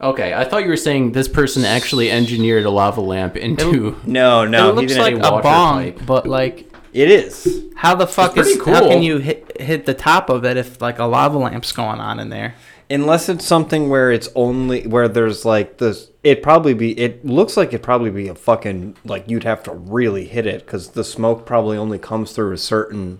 [SPEAKER 2] Okay, I thought you were saying this person actually engineered a lava lamp into.
[SPEAKER 4] no, no.
[SPEAKER 1] it
[SPEAKER 4] he
[SPEAKER 1] looks
[SPEAKER 4] didn't
[SPEAKER 1] like
[SPEAKER 4] do
[SPEAKER 2] do
[SPEAKER 1] a
[SPEAKER 2] water
[SPEAKER 1] bong,
[SPEAKER 2] pipe.
[SPEAKER 1] but like,
[SPEAKER 4] it is.
[SPEAKER 1] how the fuck
[SPEAKER 2] It's
[SPEAKER 1] is
[SPEAKER 2] pretty
[SPEAKER 1] how
[SPEAKER 2] cool.
[SPEAKER 1] can you hit hit the top of it if like a lava lamp's going on in there?
[SPEAKER 4] Unless it's something where it's only where there's like this, it probably be. It looks like it probably be a fucking like you'd have to really hit it because the smoke probably only comes through a certain.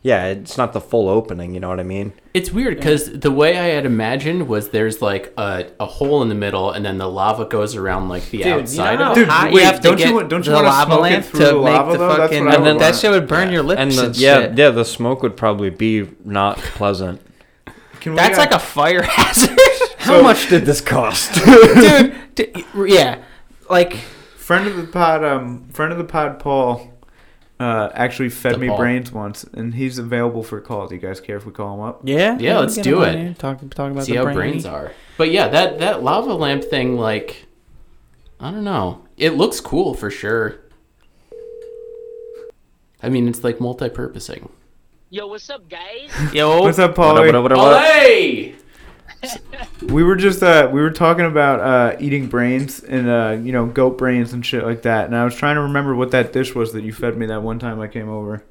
[SPEAKER 4] Yeah, it's not the full opening. You know what I mean?
[SPEAKER 2] It's weird because the way I had imagined was there's like a, a hole in the middle, and then the lava goes around like the
[SPEAKER 1] you
[SPEAKER 2] outside. of
[SPEAKER 1] know how
[SPEAKER 2] it.
[SPEAKER 3] Dude,
[SPEAKER 1] hot
[SPEAKER 3] wait,
[SPEAKER 1] you have to
[SPEAKER 3] don't you
[SPEAKER 1] get
[SPEAKER 3] want- don't you
[SPEAKER 1] the
[SPEAKER 3] wanna
[SPEAKER 1] lava
[SPEAKER 3] smoke it
[SPEAKER 1] lamp
[SPEAKER 3] through
[SPEAKER 1] to
[SPEAKER 3] the lava, though?
[SPEAKER 1] make the
[SPEAKER 3] That's
[SPEAKER 1] fucking
[SPEAKER 3] what I
[SPEAKER 1] and then
[SPEAKER 3] would
[SPEAKER 1] that
[SPEAKER 3] want.
[SPEAKER 1] shit would burn your lips
[SPEAKER 4] And
[SPEAKER 1] and,
[SPEAKER 4] the, yeah,
[SPEAKER 1] shit.
[SPEAKER 4] yeah, the smoke would probably be not pleasant.
[SPEAKER 3] can we,
[SPEAKER 1] That's
[SPEAKER 3] uh,
[SPEAKER 1] like a fire hazard,
[SPEAKER 4] How much did this cost?
[SPEAKER 1] dude. d- yeah, like
[SPEAKER 3] friend of the pod. Um, friend of the pod, Paul. Uh, actually fed
[SPEAKER 2] The
[SPEAKER 3] me
[SPEAKER 2] Paul.
[SPEAKER 3] brains once, and he's available for calls. You guys care if we call him up?
[SPEAKER 1] yeah,
[SPEAKER 2] Yeah, let's
[SPEAKER 1] get
[SPEAKER 2] do
[SPEAKER 1] on
[SPEAKER 2] it.
[SPEAKER 1] here, Talk talk about
[SPEAKER 2] see
[SPEAKER 1] the
[SPEAKER 2] how
[SPEAKER 1] brain.
[SPEAKER 2] brains are. But yeah, that that lava lamp thing, like, I don't know. It looks cool for sure. I mean, it's like multi-purposing.
[SPEAKER 6] Yo, what's up, guys?
[SPEAKER 1] Yo,
[SPEAKER 3] What's up,
[SPEAKER 4] Oh, What
[SPEAKER 3] Paul?
[SPEAKER 4] up, what up, what up, what up?
[SPEAKER 2] Olay!
[SPEAKER 3] We were just uh, we were talking about uh, eating brains and uh, you know goat brains and shit like that. And I was trying to remember what that dish was that you fed me that one time I came over.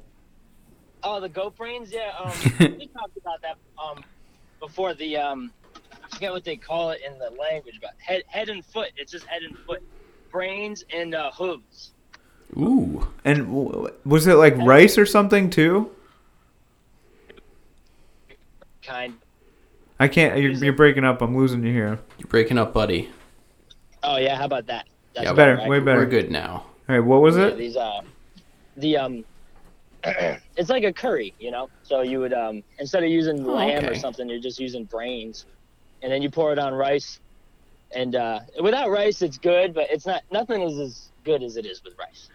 [SPEAKER 6] Oh, the goat brains. Yeah, um, we talked about that um before the um I forget what they call it in the language, but head head and foot. It's just head and foot, brains and uh, hooves.
[SPEAKER 2] Ooh,
[SPEAKER 3] And w- was it like rice or something too?
[SPEAKER 6] Kind.
[SPEAKER 3] I can't. You're, you're breaking up. I'm losing you here.
[SPEAKER 2] you're breaking up, buddy.
[SPEAKER 6] Oh yeah, how about that? That's
[SPEAKER 2] Yeah,
[SPEAKER 3] Better,
[SPEAKER 6] right?
[SPEAKER 3] way better.
[SPEAKER 2] We're good now.
[SPEAKER 3] All right, what was
[SPEAKER 6] Yeah,
[SPEAKER 3] it?
[SPEAKER 6] these uh, the um, it's like a curry, you know. So you would um instead of using
[SPEAKER 2] Oh,
[SPEAKER 6] lamb or
[SPEAKER 2] okay.
[SPEAKER 6] something, you're just using brains, and then you pour it on rice. And uh, without rice, it's good, but it's not. Nothing is as good as it is with rice.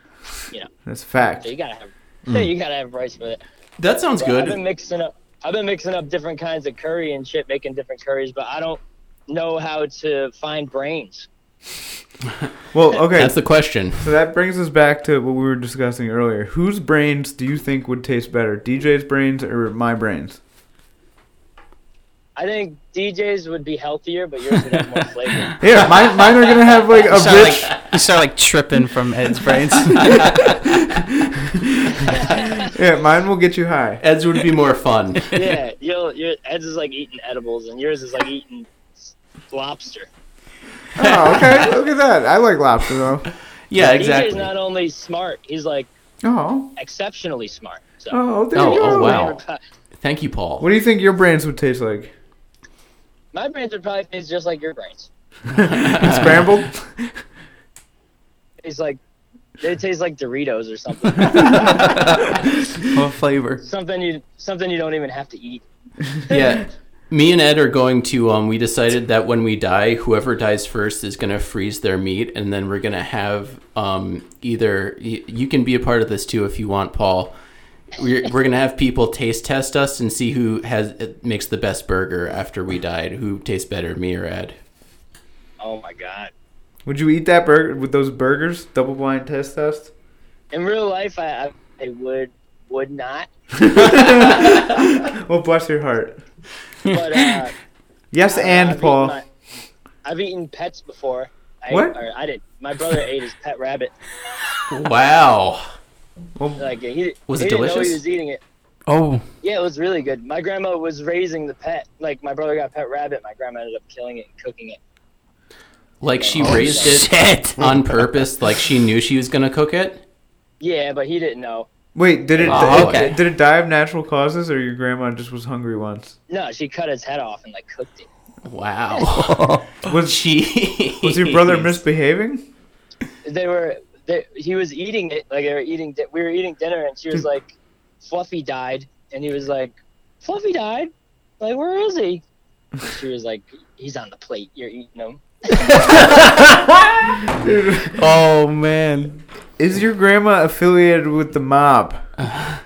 [SPEAKER 3] That's a fact.
[SPEAKER 6] So you gotta have.
[SPEAKER 3] Hmm.
[SPEAKER 6] You gotta have rice with it.
[SPEAKER 2] That sounds
[SPEAKER 6] Yeah, I've been
[SPEAKER 2] good.
[SPEAKER 6] mixing up. I've been mixing up different kinds of curry and shit, making different curries, but I don't know how to find brains.
[SPEAKER 3] Well, okay.
[SPEAKER 2] That's the question.
[SPEAKER 3] so that brings us back to what we were discussing earlier. Whose brains do you think would taste better, DJ's brains or my brains?
[SPEAKER 6] I think DJs would be healthier, but yours would have more flavor.
[SPEAKER 3] Yeah, mine, mine are gonna have like a
[SPEAKER 1] You sound,
[SPEAKER 3] rich.
[SPEAKER 1] like, you sound like tripping from Ed's brains.
[SPEAKER 3] Yeah, mine will get you high.
[SPEAKER 2] Ed's would be more fun.
[SPEAKER 6] yeah, you'll, your Ed's is like eating edibles, and yours is like eating s- lobster.
[SPEAKER 3] Oh, okay. Look at that. I like lobster though.
[SPEAKER 2] yeah,
[SPEAKER 6] DJ's
[SPEAKER 2] exactly.
[SPEAKER 6] not only smart, he's like
[SPEAKER 3] Oh,
[SPEAKER 6] exceptionally smart. So.
[SPEAKER 3] oh, there
[SPEAKER 2] Oh,
[SPEAKER 3] you go.
[SPEAKER 2] oh, wow. Thank you,
[SPEAKER 3] What
[SPEAKER 2] Paul.
[SPEAKER 3] do you think your brains would taste like?
[SPEAKER 6] My brains would probably taste just like your brains.
[SPEAKER 3] Scrambled?
[SPEAKER 6] It's like they taste like Doritos or something.
[SPEAKER 2] What flavor?
[SPEAKER 6] something you something you don't even have to eat.
[SPEAKER 2] yeah. Me and Ed are going to. Um, we decided that when we die, whoever dies first is gonna freeze their meat, and then we're gonna have um, either y- you can be a part of this too if you want, Paul. We're, we're gonna have people taste test us and see who has uh, makes the best burger after we died. Who tastes better, me or Ed?
[SPEAKER 6] Oh my god.
[SPEAKER 3] Would you eat that burger with those burgers? Double blind test test.
[SPEAKER 6] In real life, I, I, I would would not.
[SPEAKER 3] Well, Oh, bless your heart.
[SPEAKER 6] But uh,
[SPEAKER 3] Yes, and
[SPEAKER 6] I've
[SPEAKER 3] Paul.
[SPEAKER 6] Eaten my, I've eaten pets before. I,
[SPEAKER 3] What?
[SPEAKER 6] Or I did. My brother ate his pet rabbit.
[SPEAKER 2] Wow.
[SPEAKER 6] Like he
[SPEAKER 2] Was
[SPEAKER 6] he
[SPEAKER 2] it
[SPEAKER 6] didn't Know
[SPEAKER 2] delicious?
[SPEAKER 6] he was eating it.
[SPEAKER 1] oh,
[SPEAKER 6] Yeah, it was really good. My grandma was raising the pet. Like my brother got a pet rabbit. My grandma ended up killing it and cooking it.
[SPEAKER 2] Like she raised it
[SPEAKER 1] shit.
[SPEAKER 2] on purpose. Like she knew she was gonna cook it.
[SPEAKER 6] Yeah, but he didn't know.
[SPEAKER 3] Wait, did it,
[SPEAKER 2] Oh,
[SPEAKER 3] it-
[SPEAKER 2] okay.
[SPEAKER 3] did it die of natural causes, or your grandma just was hungry once?
[SPEAKER 6] No, she cut his head off and like cooked it.
[SPEAKER 2] Wow.
[SPEAKER 3] Was
[SPEAKER 2] Gee.
[SPEAKER 3] was your brother misbehaving?
[SPEAKER 6] they were they, he was eating it like they were eating di- we were eating dinner and she was like fluffy died and he was like fluffy died like where is he she was like he's on the plate you're eating him
[SPEAKER 1] oh man,
[SPEAKER 3] Is your grandma affiliated with the mob?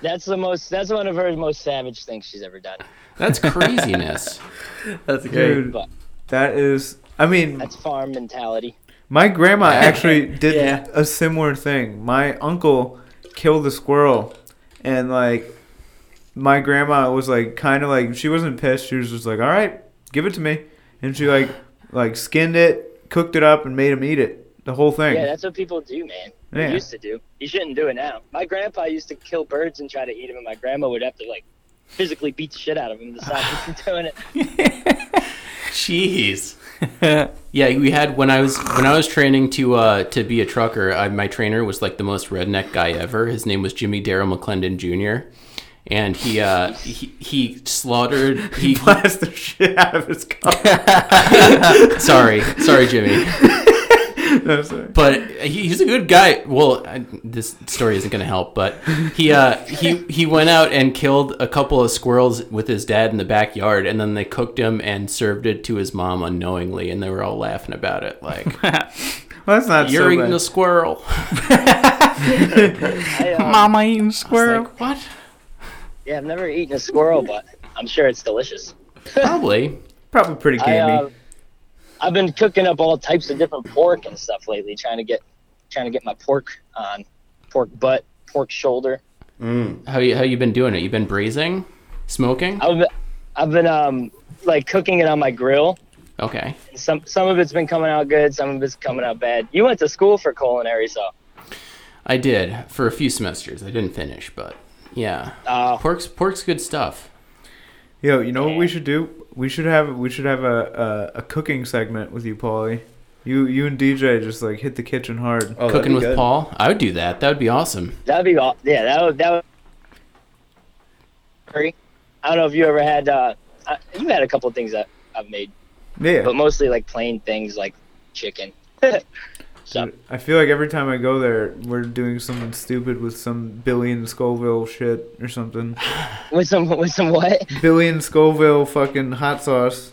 [SPEAKER 6] That's the most. That's one of her most savage things she's ever done.
[SPEAKER 2] That's craziness.
[SPEAKER 1] That's great.
[SPEAKER 3] Dude,
[SPEAKER 6] But-
[SPEAKER 3] that is. I mean,
[SPEAKER 6] That's farm mentality.
[SPEAKER 3] My grandma actually did
[SPEAKER 1] Yeah.
[SPEAKER 3] a similar thing. My uncle killed a squirrel, and like, my grandma was like, kind of like, she wasn't pissed. She was just like, "All right, give it to me," and she like, like skinned it, cooked it up, and made him eat it. The whole thing.
[SPEAKER 6] Yeah, that's what people do, man.
[SPEAKER 3] Hmm. Yeah.
[SPEAKER 6] We used to do. You shouldn't do it now. My grandpa used to kill birds and try to eat them, and my grandma would have to like physically beat the shit out of him to stop him from doing it.
[SPEAKER 2] Jeez. yeah, we had when I was when I was training to uh, to be a trucker. I, my trainer was like the most redneck guy ever. His name was Jimmy Darrell McClendon Jr. And he uh, he, he slaughtered he, he
[SPEAKER 3] Blast the shit out of his car.
[SPEAKER 2] sorry sorry Jimmy.
[SPEAKER 3] no, sorry.
[SPEAKER 2] but he, he's a good guy. Well, I, this story isn't going to help, but he uh, he he went out and killed a couple of squirrels with his dad in the backyard, and then they cooked him and served it to his mom unknowingly, and they were all laughing about it, like
[SPEAKER 3] Well, that's not
[SPEAKER 2] you're
[SPEAKER 3] so
[SPEAKER 2] eating
[SPEAKER 3] bad.
[SPEAKER 2] a squirrel.
[SPEAKER 6] I, uh,
[SPEAKER 1] Mama eating squirrel.
[SPEAKER 2] Like what?
[SPEAKER 6] yeah, I've never eaten a squirrel, but I'm sure it's delicious.
[SPEAKER 2] Probably.
[SPEAKER 3] Probably pretty
[SPEAKER 6] I,
[SPEAKER 3] gamey.
[SPEAKER 6] uh, I've been cooking up all types of different pork and stuff lately, trying to get trying to get my pork on pork butt, pork shoulder.
[SPEAKER 2] How you how you been doing it? You been breezing, smoking?
[SPEAKER 6] I've been, I've been um like cooking it on my grill.
[SPEAKER 2] Okay.
[SPEAKER 6] Some some of it's been coming out good, some of it's coming out bad. You went to school for culinary, so
[SPEAKER 2] I did for a few semesters. I didn't finish, but yeah,
[SPEAKER 6] uh,
[SPEAKER 2] pork's pork's good stuff.
[SPEAKER 3] Yo, you know what we should do? We should have we should have a a, a cooking segment with you, Paulie. You you and DJ just like hit the kitchen hard.
[SPEAKER 4] Oh, that'd
[SPEAKER 2] Cooking
[SPEAKER 4] be
[SPEAKER 2] with
[SPEAKER 4] good.
[SPEAKER 2] Paul. I would do that. That would be awesome.
[SPEAKER 6] that'd be all. Yeah, that would that would. Curry. I don't know if you ever had. Uh, I, you had a couple things that I've made,
[SPEAKER 3] Yeah.
[SPEAKER 6] but mostly like plain things like chicken. so
[SPEAKER 3] I feel like every time I go there, we're doing something stupid with some billion Scoville shit or something.
[SPEAKER 6] with some with some what?
[SPEAKER 3] billion Scoville fucking hot sauce.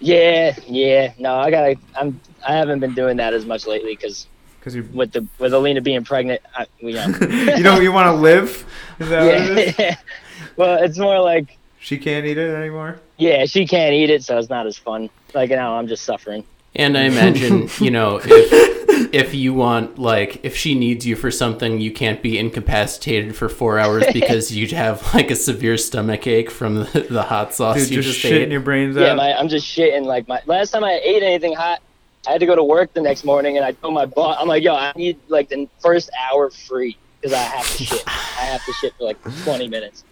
[SPEAKER 6] Yeah, yeah. No, I gotta. I'm. I haven't been doing that as much lately because
[SPEAKER 3] Cause you
[SPEAKER 6] with the with Alina being pregnant, I, we. Um,
[SPEAKER 3] you know you want to live. Is that what it is?
[SPEAKER 6] yeah. well, it's more like
[SPEAKER 3] She can't eat it anymore.
[SPEAKER 6] yeah, she can't eat it, so it's not as fun. Like now, I'm just suffering.
[SPEAKER 2] And I imagine, you know, if if you want like if she needs you for something, you can't be incapacitated for four hours because you'd have like a severe stomach ache from the, the hot sauce
[SPEAKER 3] Dude,
[SPEAKER 2] you
[SPEAKER 3] just
[SPEAKER 2] just,
[SPEAKER 3] shitting
[SPEAKER 2] ate.
[SPEAKER 3] your brains
[SPEAKER 6] Yeah,
[SPEAKER 3] out.
[SPEAKER 6] my, I'm just shitting. Like my last time I ate anything hot, I had to go to work the next morning, and I told my boss, I'm like, yo, I need like the first hour free because I have to shit. I have to shit for like 20 minutes.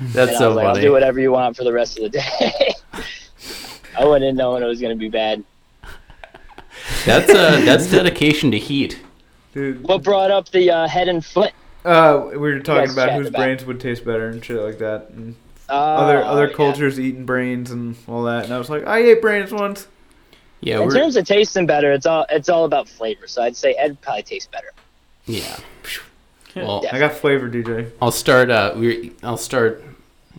[SPEAKER 2] That's
[SPEAKER 6] and I
[SPEAKER 2] so
[SPEAKER 6] was like, I'll
[SPEAKER 2] funny.
[SPEAKER 6] do whatever you want for the rest of the day. I went in knowing it was gonna be bad.
[SPEAKER 2] That's uh that's dedication to heat.
[SPEAKER 3] Dude,
[SPEAKER 6] What brought up the uh, head and foot?
[SPEAKER 3] uh, we were talking
[SPEAKER 6] guys
[SPEAKER 3] about
[SPEAKER 6] chat
[SPEAKER 3] whose
[SPEAKER 6] about-
[SPEAKER 3] brains would taste better and shit like that. And
[SPEAKER 6] Uh,
[SPEAKER 3] other other
[SPEAKER 6] yeah.
[SPEAKER 3] cultures eating brains and all that. And I was like, I ate brains once.
[SPEAKER 2] Yeah,
[SPEAKER 6] In
[SPEAKER 2] we're,
[SPEAKER 6] terms of tasting better, it's all it's all about flavor. So I'd say Ed probably tastes better.
[SPEAKER 2] yeah. Well,
[SPEAKER 6] Yeah.
[SPEAKER 3] I got flavor, DJ.
[SPEAKER 2] I'll start. Uh, we I'll start.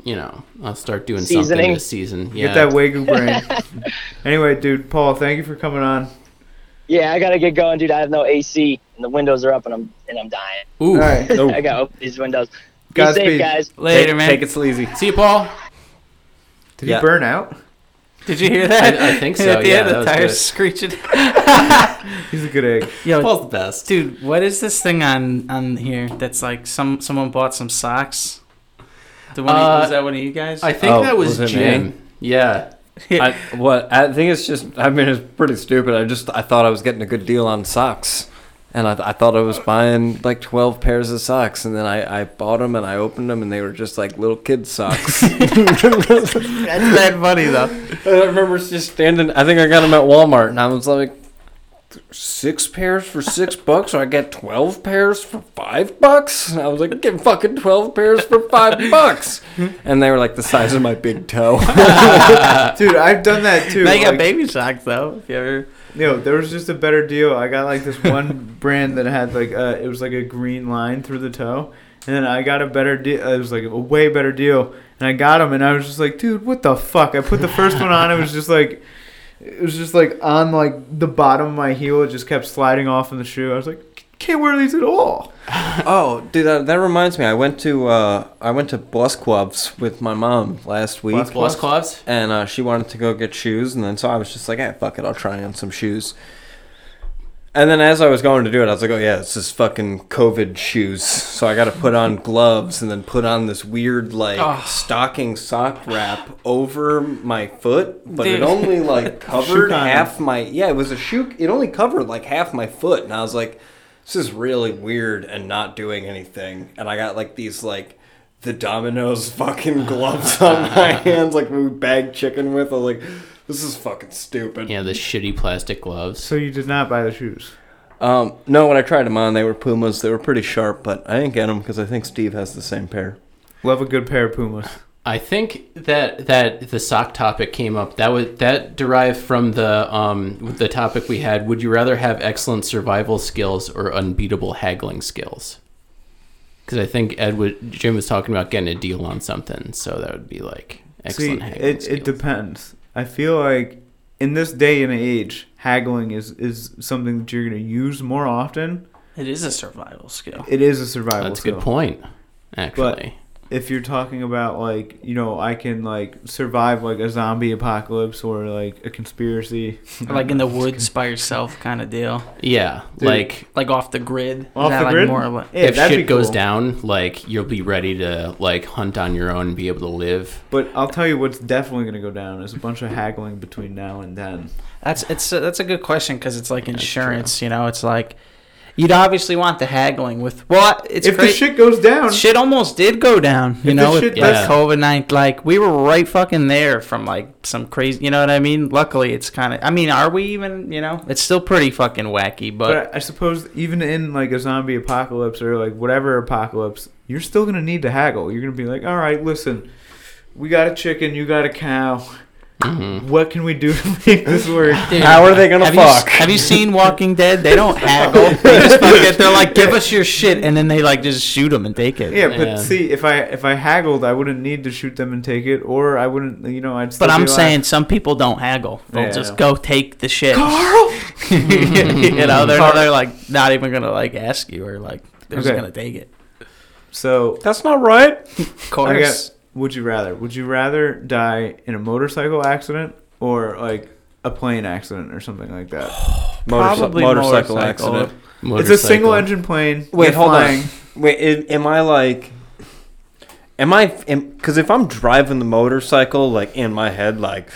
[SPEAKER 2] You know, I'll start doing something
[SPEAKER 6] Seasoning.
[SPEAKER 2] this season. Yeah,
[SPEAKER 3] Get that wagyu brain. anyway, dude, Paul, thank you for coming on.
[SPEAKER 6] Yeah, I gotta get going, dude. I have no AC and the windows are up and I'm and I'm dying.
[SPEAKER 3] All
[SPEAKER 2] Ooh.
[SPEAKER 3] right.
[SPEAKER 4] Nope.
[SPEAKER 6] I gotta open these windows. Be
[SPEAKER 3] Godspeed.
[SPEAKER 6] safe, guys.
[SPEAKER 1] Later,
[SPEAKER 4] take,
[SPEAKER 1] man.
[SPEAKER 4] Take it sleazy.
[SPEAKER 2] See you, Paul.
[SPEAKER 3] Did
[SPEAKER 4] Yeah.
[SPEAKER 3] you burn out?
[SPEAKER 1] Did you hear that?
[SPEAKER 2] I- I think so,
[SPEAKER 1] At the
[SPEAKER 2] yeah,
[SPEAKER 1] end,
[SPEAKER 2] that
[SPEAKER 1] the
[SPEAKER 2] was
[SPEAKER 1] tires
[SPEAKER 2] good.
[SPEAKER 1] screeching.
[SPEAKER 3] He's a good egg.
[SPEAKER 1] Yo,
[SPEAKER 2] Paul's the best.
[SPEAKER 1] dude, what is this thing on on here? That's like some someone bought some socks. The one
[SPEAKER 2] Uh,
[SPEAKER 1] was that one of you guys?
[SPEAKER 2] I think
[SPEAKER 4] Oh,
[SPEAKER 2] that was,
[SPEAKER 4] was it me?
[SPEAKER 2] Jim. Yeah.
[SPEAKER 4] I, what I think it's just I mean it's pretty stupid. I just I thought I was getting a good deal on socks, and I, I thought I was buying like twelve pairs of socks, and then I I bought them and I opened them and they were just like little kid socks. and
[SPEAKER 1] That's that funny though.
[SPEAKER 4] I remember just standing. I think I got them at Walmart, and I was like, six pairs for six bucks, or I get twelve pairs for five bucks. And I was like, get fucking twelve pairs for five bucks, and they were like the size of my big toe.
[SPEAKER 3] Dude, I've done that too.
[SPEAKER 1] They got
[SPEAKER 3] like,
[SPEAKER 1] baby socks though. If you ever,
[SPEAKER 3] Yo, there was just a better deal. I got like this one brand that had like uh, it was like a green line through the toe, and then I got a better deal. It was like a way better deal, and I got them, and I was just like, dude, what the fuck? I put the first one on. It was just like, it was just like on like the bottom of my heel. It just kept sliding off in the shoe. I was like, can't wear these at all.
[SPEAKER 4] Oh, dude, that, that reminds me. I went to uh, I went to Blusquovs with my mom last week,
[SPEAKER 2] Plus clubs.
[SPEAKER 4] and uh, she wanted to go get shoes, and then so I was just like, "Hey, fuck it, I'll try on some shoes." And then as I was going to do it, I was like, "Oh yeah, it's just fucking COVID shoes." So I got to put on gloves and then put on this weird like stocking sock wrap over my foot, but
[SPEAKER 1] Dude.
[SPEAKER 4] it only like covered
[SPEAKER 3] kind.
[SPEAKER 4] half my yeah, it was a shoe. It only covered like half my foot, and I was like, "This is really weird," and not doing anything. And I got like these like the Domino's fucking gloves on my hands, like we bag chicken with. I was like, "This is fucking stupid."
[SPEAKER 2] Yeah, the shitty plastic gloves.
[SPEAKER 3] So you did not buy the shoes.
[SPEAKER 4] Um, no, when I tried them on, they were Pumas. They were pretty sharp, but I didn't get them because I think Steve has the same pair.
[SPEAKER 3] Love a good pair of Pumas.
[SPEAKER 2] I think that that the sock topic came up. That was that derived from the um the topic we had. Would you rather have excellent survival skills or unbeatable haggling skills? Because I think Ed would, Jim was talking about getting a deal on something, so that would be like
[SPEAKER 3] See,
[SPEAKER 2] excellent haggling
[SPEAKER 3] it,
[SPEAKER 2] skills.
[SPEAKER 3] it depends. I feel like in this day and age, haggling is, is something that you're going to use more often.
[SPEAKER 1] It is a survival skill.
[SPEAKER 3] It is a survival
[SPEAKER 2] That's a
[SPEAKER 3] skill.
[SPEAKER 2] good point, actually.
[SPEAKER 3] If you're talking about like, you know, I can like survive like a zombie apocalypse or like a conspiracy.
[SPEAKER 1] Like in the woods by yourself kind of deal.
[SPEAKER 2] yeah,
[SPEAKER 3] Dude.
[SPEAKER 2] like
[SPEAKER 1] Like off the grid. Is
[SPEAKER 3] Off
[SPEAKER 1] that
[SPEAKER 3] the
[SPEAKER 1] like
[SPEAKER 3] grid?
[SPEAKER 1] More of a-
[SPEAKER 3] Yeah,
[SPEAKER 2] if
[SPEAKER 3] that'd
[SPEAKER 2] shit
[SPEAKER 3] be
[SPEAKER 2] goes
[SPEAKER 3] cool.
[SPEAKER 2] down, like you'll be ready to like hunt on your own and be able to live.
[SPEAKER 3] But I'll tell you what's definitely going to go down is a bunch of haggling between now and then.
[SPEAKER 1] that's it's a, that's a good question because it's like insurance. You know, it's like you'd obviously want the haggling with. Well, it's
[SPEAKER 3] if the
[SPEAKER 1] great.
[SPEAKER 3] shit goes down,
[SPEAKER 1] shit almost did go down, you
[SPEAKER 3] If
[SPEAKER 1] know,
[SPEAKER 3] this
[SPEAKER 1] with
[SPEAKER 3] shit
[SPEAKER 1] the
[SPEAKER 2] does-
[SPEAKER 1] COVID 9. Like, we were right fucking there from like some crazy, you know what I mean? Luckily, it's kind of, I mean, are we even, you know, it's still pretty fucking wacky,
[SPEAKER 3] but
[SPEAKER 1] but
[SPEAKER 3] I, I suppose even in like a zombie apocalypse or like whatever apocalypse, you're still going to need to haggle. You're going to be like, "All right, listen. We got a chicken, you got a cow.
[SPEAKER 2] Mhm.
[SPEAKER 3] What can we do to make this work?"
[SPEAKER 4] How are they gonna
[SPEAKER 1] have
[SPEAKER 4] fuck?
[SPEAKER 1] You, have you seen Walking Dead? They don't haggle. They just fucking, they're like, give us your shit, and then they like just shoot them and take it.
[SPEAKER 3] Yeah, but
[SPEAKER 2] Yeah.
[SPEAKER 3] see, if I if I haggled, I wouldn't need to shoot them and take it, or I wouldn't, you know, I'd. Still
[SPEAKER 1] But
[SPEAKER 3] be
[SPEAKER 1] I'm
[SPEAKER 3] alive.
[SPEAKER 1] saying some people don't haggle. They'll
[SPEAKER 3] Yeah.
[SPEAKER 1] just go take the shit.
[SPEAKER 3] Carl.
[SPEAKER 1] you know, they're, they're like not even gonna like ask you or like they're just
[SPEAKER 3] Okay.
[SPEAKER 1] gonna take it.
[SPEAKER 3] So
[SPEAKER 4] That's not right.
[SPEAKER 1] Of
[SPEAKER 3] I
[SPEAKER 1] course.
[SPEAKER 3] got. Would you rather? Would you rather die in a motorcycle accident or like a plane accident or something like that?
[SPEAKER 4] Motorci-
[SPEAKER 1] Probably
[SPEAKER 4] motorcycle,
[SPEAKER 1] motorcycle.
[SPEAKER 4] accident.
[SPEAKER 3] It's a single engine plane.
[SPEAKER 4] Wait,
[SPEAKER 3] You're
[SPEAKER 4] hold on.
[SPEAKER 3] flying.
[SPEAKER 4] Wait, am, am I like? Am I? Because if I'm driving the motorcycle, like in my head, like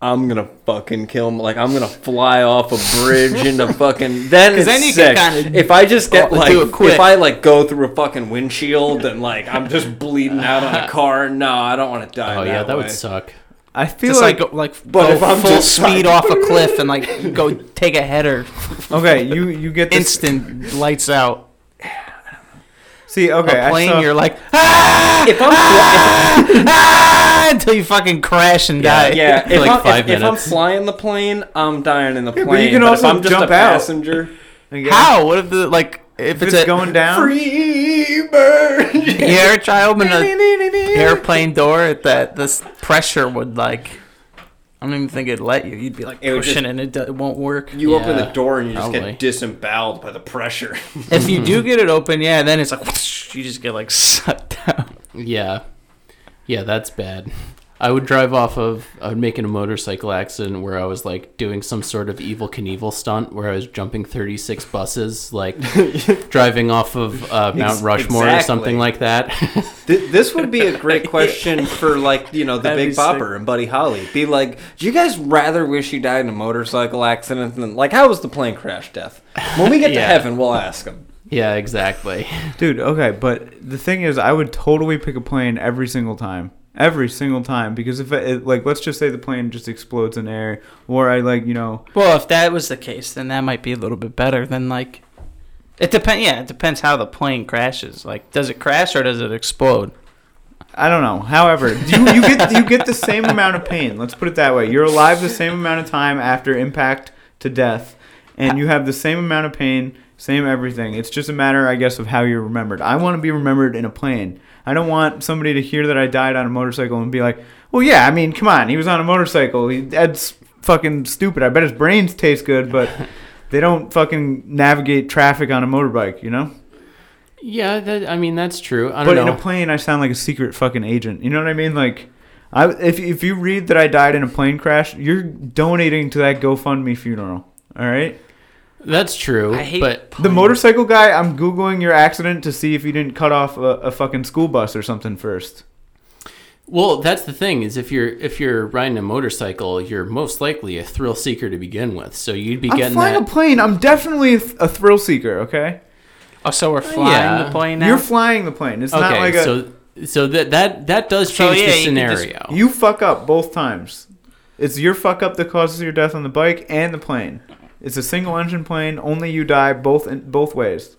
[SPEAKER 4] I'm gonna fucking kill him. Like I'm gonna fly off a bridge into fucking. Then it's
[SPEAKER 1] then you
[SPEAKER 4] sick.
[SPEAKER 1] can kinda
[SPEAKER 4] if I just get
[SPEAKER 1] do
[SPEAKER 4] like,
[SPEAKER 1] it quick.
[SPEAKER 4] if I like go through a fucking windshield and like I'm just bleeding out on a car, no, I don't want to die.
[SPEAKER 2] Oh yeah, that
[SPEAKER 4] way.
[SPEAKER 2] would suck.
[SPEAKER 3] I feel
[SPEAKER 1] Just
[SPEAKER 3] like,
[SPEAKER 1] like go- like
[SPEAKER 4] But
[SPEAKER 1] go
[SPEAKER 4] if I'm
[SPEAKER 1] full
[SPEAKER 4] just
[SPEAKER 1] speed
[SPEAKER 4] like-
[SPEAKER 1] off a cliff and like go take a header,
[SPEAKER 3] okay, you you get this.
[SPEAKER 1] instant lights out.
[SPEAKER 3] See, okay,
[SPEAKER 1] a plane,
[SPEAKER 3] I saw,
[SPEAKER 1] you're like ah,
[SPEAKER 4] If I'm fly-
[SPEAKER 1] ah, until you fucking crash and die.
[SPEAKER 4] yeah, if,
[SPEAKER 2] Like
[SPEAKER 4] I'm,
[SPEAKER 2] five
[SPEAKER 4] if, if I'm
[SPEAKER 2] minutes.
[SPEAKER 4] flying the plane, I'm dying in the plane.
[SPEAKER 3] but you can
[SPEAKER 4] if
[SPEAKER 3] also
[SPEAKER 4] I'm just
[SPEAKER 3] jump
[SPEAKER 4] a
[SPEAKER 3] out.
[SPEAKER 4] passenger.
[SPEAKER 3] I guess.
[SPEAKER 1] How? What if the like if,
[SPEAKER 3] If
[SPEAKER 1] it's,
[SPEAKER 3] it's,
[SPEAKER 1] a,
[SPEAKER 3] going down.
[SPEAKER 4] Free bird.
[SPEAKER 1] You ever try open a airplane door at that? This pressure would like. I don't even think it'd let you. You'd be like
[SPEAKER 4] It would
[SPEAKER 1] pushing
[SPEAKER 4] just-
[SPEAKER 1] and it, do- it won't work.
[SPEAKER 4] You open
[SPEAKER 2] Yeah,
[SPEAKER 4] the door and you just
[SPEAKER 2] probably.
[SPEAKER 4] get disemboweled by the pressure.
[SPEAKER 1] if you do get it open, yeah, then it's like whoosh, you just get like sucked out.
[SPEAKER 2] Yeah, yeah, that's bad. I would drive off of. I would make it a motorcycle accident where I was like doing some sort of evil Knievel stunt where I was jumping 36 buses, like driving off of uh, Mount
[SPEAKER 4] Ex-
[SPEAKER 2] Rushmore or
[SPEAKER 4] exactly.
[SPEAKER 2] something like that.
[SPEAKER 4] Th- this would be a great question for like you know the
[SPEAKER 1] That'd be
[SPEAKER 4] Big
[SPEAKER 1] sick.
[SPEAKER 4] Bopper and Buddy Holly. Be like, do you guys rather wish you died in a motorcycle accident than like how was the plane crash death? When we get to
[SPEAKER 2] Yeah.
[SPEAKER 4] heaven, we'll ask them.
[SPEAKER 2] yeah, exactly.
[SPEAKER 3] Dude, okay, but the thing is, I would totally pick a plane every single time, every single time, because if it, like, let's just say the plane just explodes in air, or I like, you know,
[SPEAKER 1] Well, if that was the case, then that might be a little bit better than like. It depends. Yeah, it depends how the plane crashes. Like, does it crash or does it explode?
[SPEAKER 3] I don't know. However, you, you get you get the same amount of pain. Let's put it that way. You're alive the same amount of time after impact to death, and you have the same amount of pain, same everything. It's just a matter, I guess, of how you're remembered. I want to be remembered in a plane. I don't want somebody to hear that I died on a motorcycle and be like, "Well, yeah, I mean, come on, he was on a motorcycle. He, that's fucking stupid. I bet his brains taste good, but They don't fucking navigate traffic on a motorbike, you know?
[SPEAKER 2] Yeah, that, I mean that's true. I
[SPEAKER 3] But
[SPEAKER 2] don't
[SPEAKER 3] in
[SPEAKER 2] know.
[SPEAKER 3] a plane, I sound like a secret fucking agent. You know what I mean? Like, I if if you read that I died in a plane crash, you're donating to that GoFundMe funeral. All right.
[SPEAKER 2] that's true.
[SPEAKER 1] I hate
[SPEAKER 2] but
[SPEAKER 3] The motorcycle guy, I'm googling your accident to see if you didn't cut off a, a fucking school bus or something first.
[SPEAKER 2] well, that's the thing is if you're if you're riding a motorcycle, you're most likely a thrill seeker to begin with. So you'd be
[SPEAKER 3] I'm
[SPEAKER 2] getting
[SPEAKER 3] flying
[SPEAKER 2] that.
[SPEAKER 3] a plane. I'm definitely a, th- a thrill seeker. Okay.
[SPEAKER 1] Oh, so we're flying
[SPEAKER 2] yeah.
[SPEAKER 1] the plane now.
[SPEAKER 3] You're flying the plane. It's not
[SPEAKER 2] okay,
[SPEAKER 3] like a
[SPEAKER 2] so so that that that does
[SPEAKER 1] So,
[SPEAKER 2] change
[SPEAKER 1] yeah,
[SPEAKER 2] the
[SPEAKER 1] you can just-
[SPEAKER 2] scenario.
[SPEAKER 3] you fuck up both times. It's your fuck up that causes your death on the bike and the plane. It's a single engine plane. Only you die both in, both ways.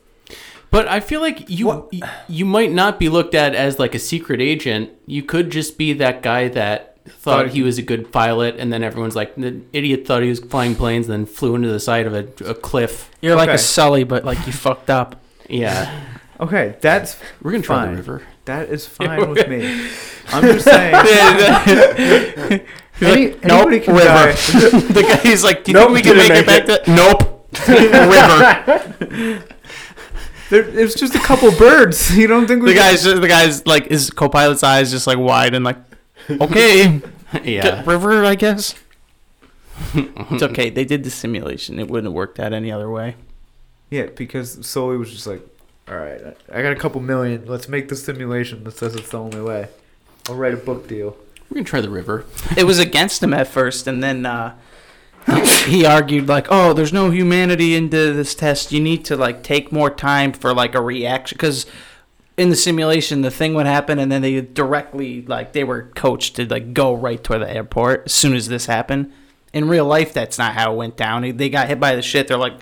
[SPEAKER 2] But I feel like you y- you might not be looked at as like a secret agent. You could just be that guy that thought he was a good pilot, and then everyone's like, the idiot thought he was flying planes, then flew into the side of a, a cliff.
[SPEAKER 1] You're like
[SPEAKER 3] Okay.
[SPEAKER 1] a Sully, but like you fucked up.
[SPEAKER 2] Yeah,
[SPEAKER 3] Okay, that's
[SPEAKER 2] we're gonna try
[SPEAKER 3] Fine.
[SPEAKER 2] the river.
[SPEAKER 3] that is fine with me. I'm just saying. Any,
[SPEAKER 1] Like, nope,
[SPEAKER 3] anybody can
[SPEAKER 1] river.
[SPEAKER 3] die.
[SPEAKER 1] the guy, he's like, do you
[SPEAKER 3] Nope,
[SPEAKER 1] think we can
[SPEAKER 3] didn't
[SPEAKER 1] make, it
[SPEAKER 3] make
[SPEAKER 1] back to? Nope. River.
[SPEAKER 3] There, there's just a couple birds. You don't think we
[SPEAKER 1] The guy's the guy's like his co-pilot's eyes just like wide and like, okay,
[SPEAKER 2] yeah,
[SPEAKER 1] river, I guess. it's okay. They did the simulation. It wouldn't have worked out any other way.
[SPEAKER 3] Yeah, because Sully was just like, all right, I I got a couple million. Let's make the simulation that says it's the only way. I'll write a book deal.
[SPEAKER 2] we're gonna try the river.
[SPEAKER 1] It was against him at first, and then uh, he argued like, "Oh, there's no humanity into this test. You need to like take more time for like a reaction because." In the simulation, the thing would happen, and then they directly like they were coached to like go right toward the airport as soon as this happened. In real life, that's not how it went down. They got hit by the shit. They're like,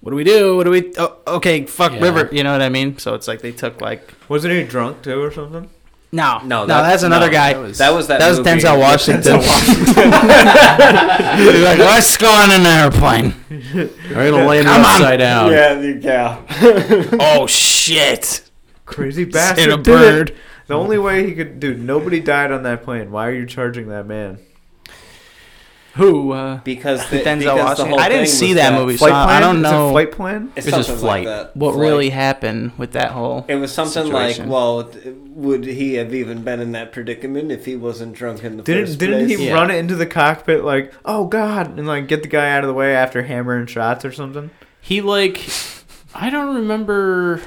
[SPEAKER 1] "What do we do? What do we? Oh, okay, fuck
[SPEAKER 2] Yeah.
[SPEAKER 1] river." You know what I mean? So it's like they took like
[SPEAKER 3] Wasn't he drunk too or something?
[SPEAKER 1] no, no,
[SPEAKER 4] No, that-
[SPEAKER 1] that's another
[SPEAKER 4] no,
[SPEAKER 1] guy.
[SPEAKER 2] that was-
[SPEAKER 4] That was that.
[SPEAKER 1] That was
[SPEAKER 4] movie.
[SPEAKER 1] Denzel Washington. You're like, let's go on an airplane.
[SPEAKER 2] We're gonna land
[SPEAKER 1] Come on.
[SPEAKER 2] upside down.
[SPEAKER 4] yeah.
[SPEAKER 1] Oh shit!
[SPEAKER 3] Crazy bastard.
[SPEAKER 1] In a
[SPEAKER 3] did
[SPEAKER 1] bird.
[SPEAKER 3] It. The only way he could, dude. Nobody died on that plane. Why are you charging that man?
[SPEAKER 1] Who? Uh,
[SPEAKER 4] Because the,
[SPEAKER 1] Denzel
[SPEAKER 4] because the
[SPEAKER 1] Washington.
[SPEAKER 4] whole
[SPEAKER 1] I didn't
[SPEAKER 4] thing
[SPEAKER 1] see
[SPEAKER 4] was
[SPEAKER 1] that movie.
[SPEAKER 3] Flight
[SPEAKER 1] So I
[SPEAKER 3] plan?
[SPEAKER 1] don't
[SPEAKER 3] Is it
[SPEAKER 1] know.
[SPEAKER 3] flight plan.
[SPEAKER 4] It's,
[SPEAKER 2] It was just
[SPEAKER 4] something
[SPEAKER 2] flight.
[SPEAKER 4] like that.
[SPEAKER 1] what
[SPEAKER 4] Flight.
[SPEAKER 1] really happened with that whole?
[SPEAKER 4] It was something
[SPEAKER 1] situation.
[SPEAKER 4] like, well, th- would he have even been in that predicament if he wasn't drunk in the
[SPEAKER 3] Didn't
[SPEAKER 4] first
[SPEAKER 3] didn't
[SPEAKER 4] place?
[SPEAKER 3] he
[SPEAKER 2] Yeah.
[SPEAKER 3] run it into the cockpit like, oh god, and like get the guy out of the way after hammering shots or something?
[SPEAKER 2] He like, I don't remember.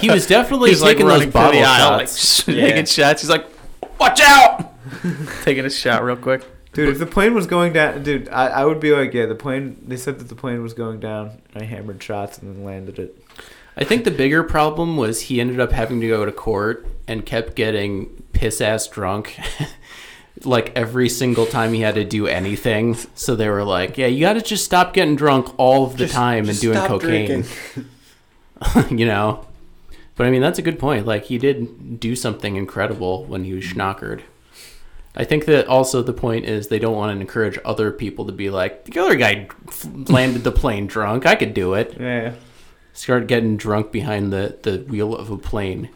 [SPEAKER 2] He was definitely
[SPEAKER 1] He's like
[SPEAKER 2] taking
[SPEAKER 1] running
[SPEAKER 2] those bottle
[SPEAKER 1] through the aisle, like,
[SPEAKER 2] shots.
[SPEAKER 1] taking shots. He's like, "Watch out!" taking a shot real quick.
[SPEAKER 3] Dude, if the plane was going down, dude, I, I would be like, yeah, the plane. They said that the plane was going down. I hammered shots and then landed it.
[SPEAKER 2] I think the bigger problem was he ended up having to go to court and kept getting piss ass drunk. like every single time he had to do anything. So they were like, yeah, you got to just stop getting drunk all of the time and
[SPEAKER 4] just
[SPEAKER 2] doing
[SPEAKER 4] stop
[SPEAKER 2] cocaine. you know? But I mean, that's a good point. Like, he did do something incredible when he was schnockered. I think that also the point is they don't want to encourage other people to be like, the other guy landed the plane drunk. I could do it
[SPEAKER 3] Yeah.
[SPEAKER 2] start getting drunk behind the, the wheel of a plane.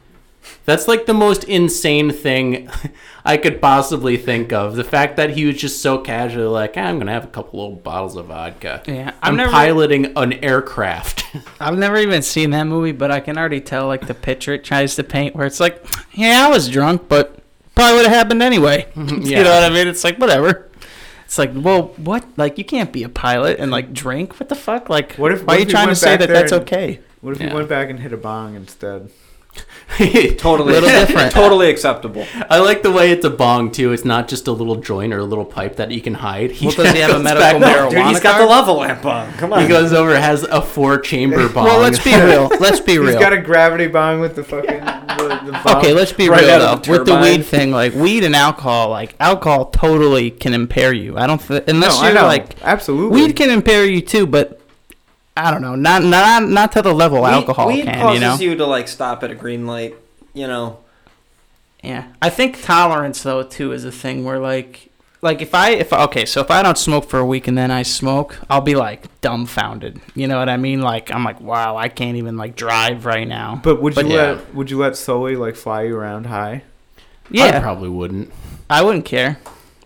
[SPEAKER 2] That's like the most insane thing I could possibly think of. The fact that he was just so casually like, "Ah, I'm gonna have a couple little bottles of vodka.
[SPEAKER 1] Yeah,
[SPEAKER 2] I'm,
[SPEAKER 1] I've never,
[SPEAKER 2] piloting an aircraft.
[SPEAKER 1] I've never even seen that movie, but I can already tell like the picture it tries to paint, where it's like, "Yeah, I was drunk, but probably would have happened anyway."
[SPEAKER 2] Yeah.
[SPEAKER 1] You know what I mean? It's like whatever. It's like, well, what? Like, you can't be a pilot and like drink. What the fuck? Like,
[SPEAKER 3] What if-
[SPEAKER 1] Why
[SPEAKER 3] what
[SPEAKER 1] are you
[SPEAKER 3] if he
[SPEAKER 1] trying to
[SPEAKER 3] went
[SPEAKER 1] say
[SPEAKER 3] back
[SPEAKER 1] that
[SPEAKER 3] there
[SPEAKER 1] that's
[SPEAKER 3] and-
[SPEAKER 1] okay?
[SPEAKER 3] What if
[SPEAKER 2] Yeah.
[SPEAKER 3] he went back and hit a bong instead?
[SPEAKER 4] Totally,
[SPEAKER 1] Little different.
[SPEAKER 4] totally acceptable.
[SPEAKER 2] I like the way it's a bong too. It's not just a little joint or a little pipe that you can hide. He
[SPEAKER 1] Well, does he have a
[SPEAKER 2] goes
[SPEAKER 1] medical
[SPEAKER 2] back-
[SPEAKER 1] marijuana?
[SPEAKER 4] Dude, he's got
[SPEAKER 1] card?
[SPEAKER 4] the lava lamp on. Come on.
[SPEAKER 2] He goes over, has a four chamber bong.
[SPEAKER 1] Well, let's be real. Let's be
[SPEAKER 3] He's
[SPEAKER 1] real.
[SPEAKER 3] got a gravity bong with the fucking the, the bong.
[SPEAKER 1] Okay, let's be
[SPEAKER 4] Right
[SPEAKER 1] real
[SPEAKER 4] out of
[SPEAKER 1] though.
[SPEAKER 4] the
[SPEAKER 1] With the
[SPEAKER 4] turbine.
[SPEAKER 1] weed thing, like weed and alcohol, like alcohol totally can impair you. I don't th-
[SPEAKER 3] No,
[SPEAKER 1] unless
[SPEAKER 3] I
[SPEAKER 1] you're
[SPEAKER 3] know.
[SPEAKER 1] like
[SPEAKER 3] absolutely.
[SPEAKER 1] weed can impair you too, but I don't know, not not not to the level alcohol
[SPEAKER 4] weed
[SPEAKER 1] can.
[SPEAKER 4] causes
[SPEAKER 1] You know,
[SPEAKER 4] you to like stop at a green light. You know,
[SPEAKER 1] Yeah. I think tolerance though too is a thing where like like if I if okay, so if I don't smoke for a week and then I smoke, I'll be like dumbfounded. You know what I mean? Like I'm like, wow, I can't even like drive right now.
[SPEAKER 3] but would you
[SPEAKER 1] but
[SPEAKER 3] let would you let Sully like fly you around high?
[SPEAKER 2] yeah, I
[SPEAKER 1] Yeah.
[SPEAKER 2] probably wouldn't.
[SPEAKER 1] I wouldn't care.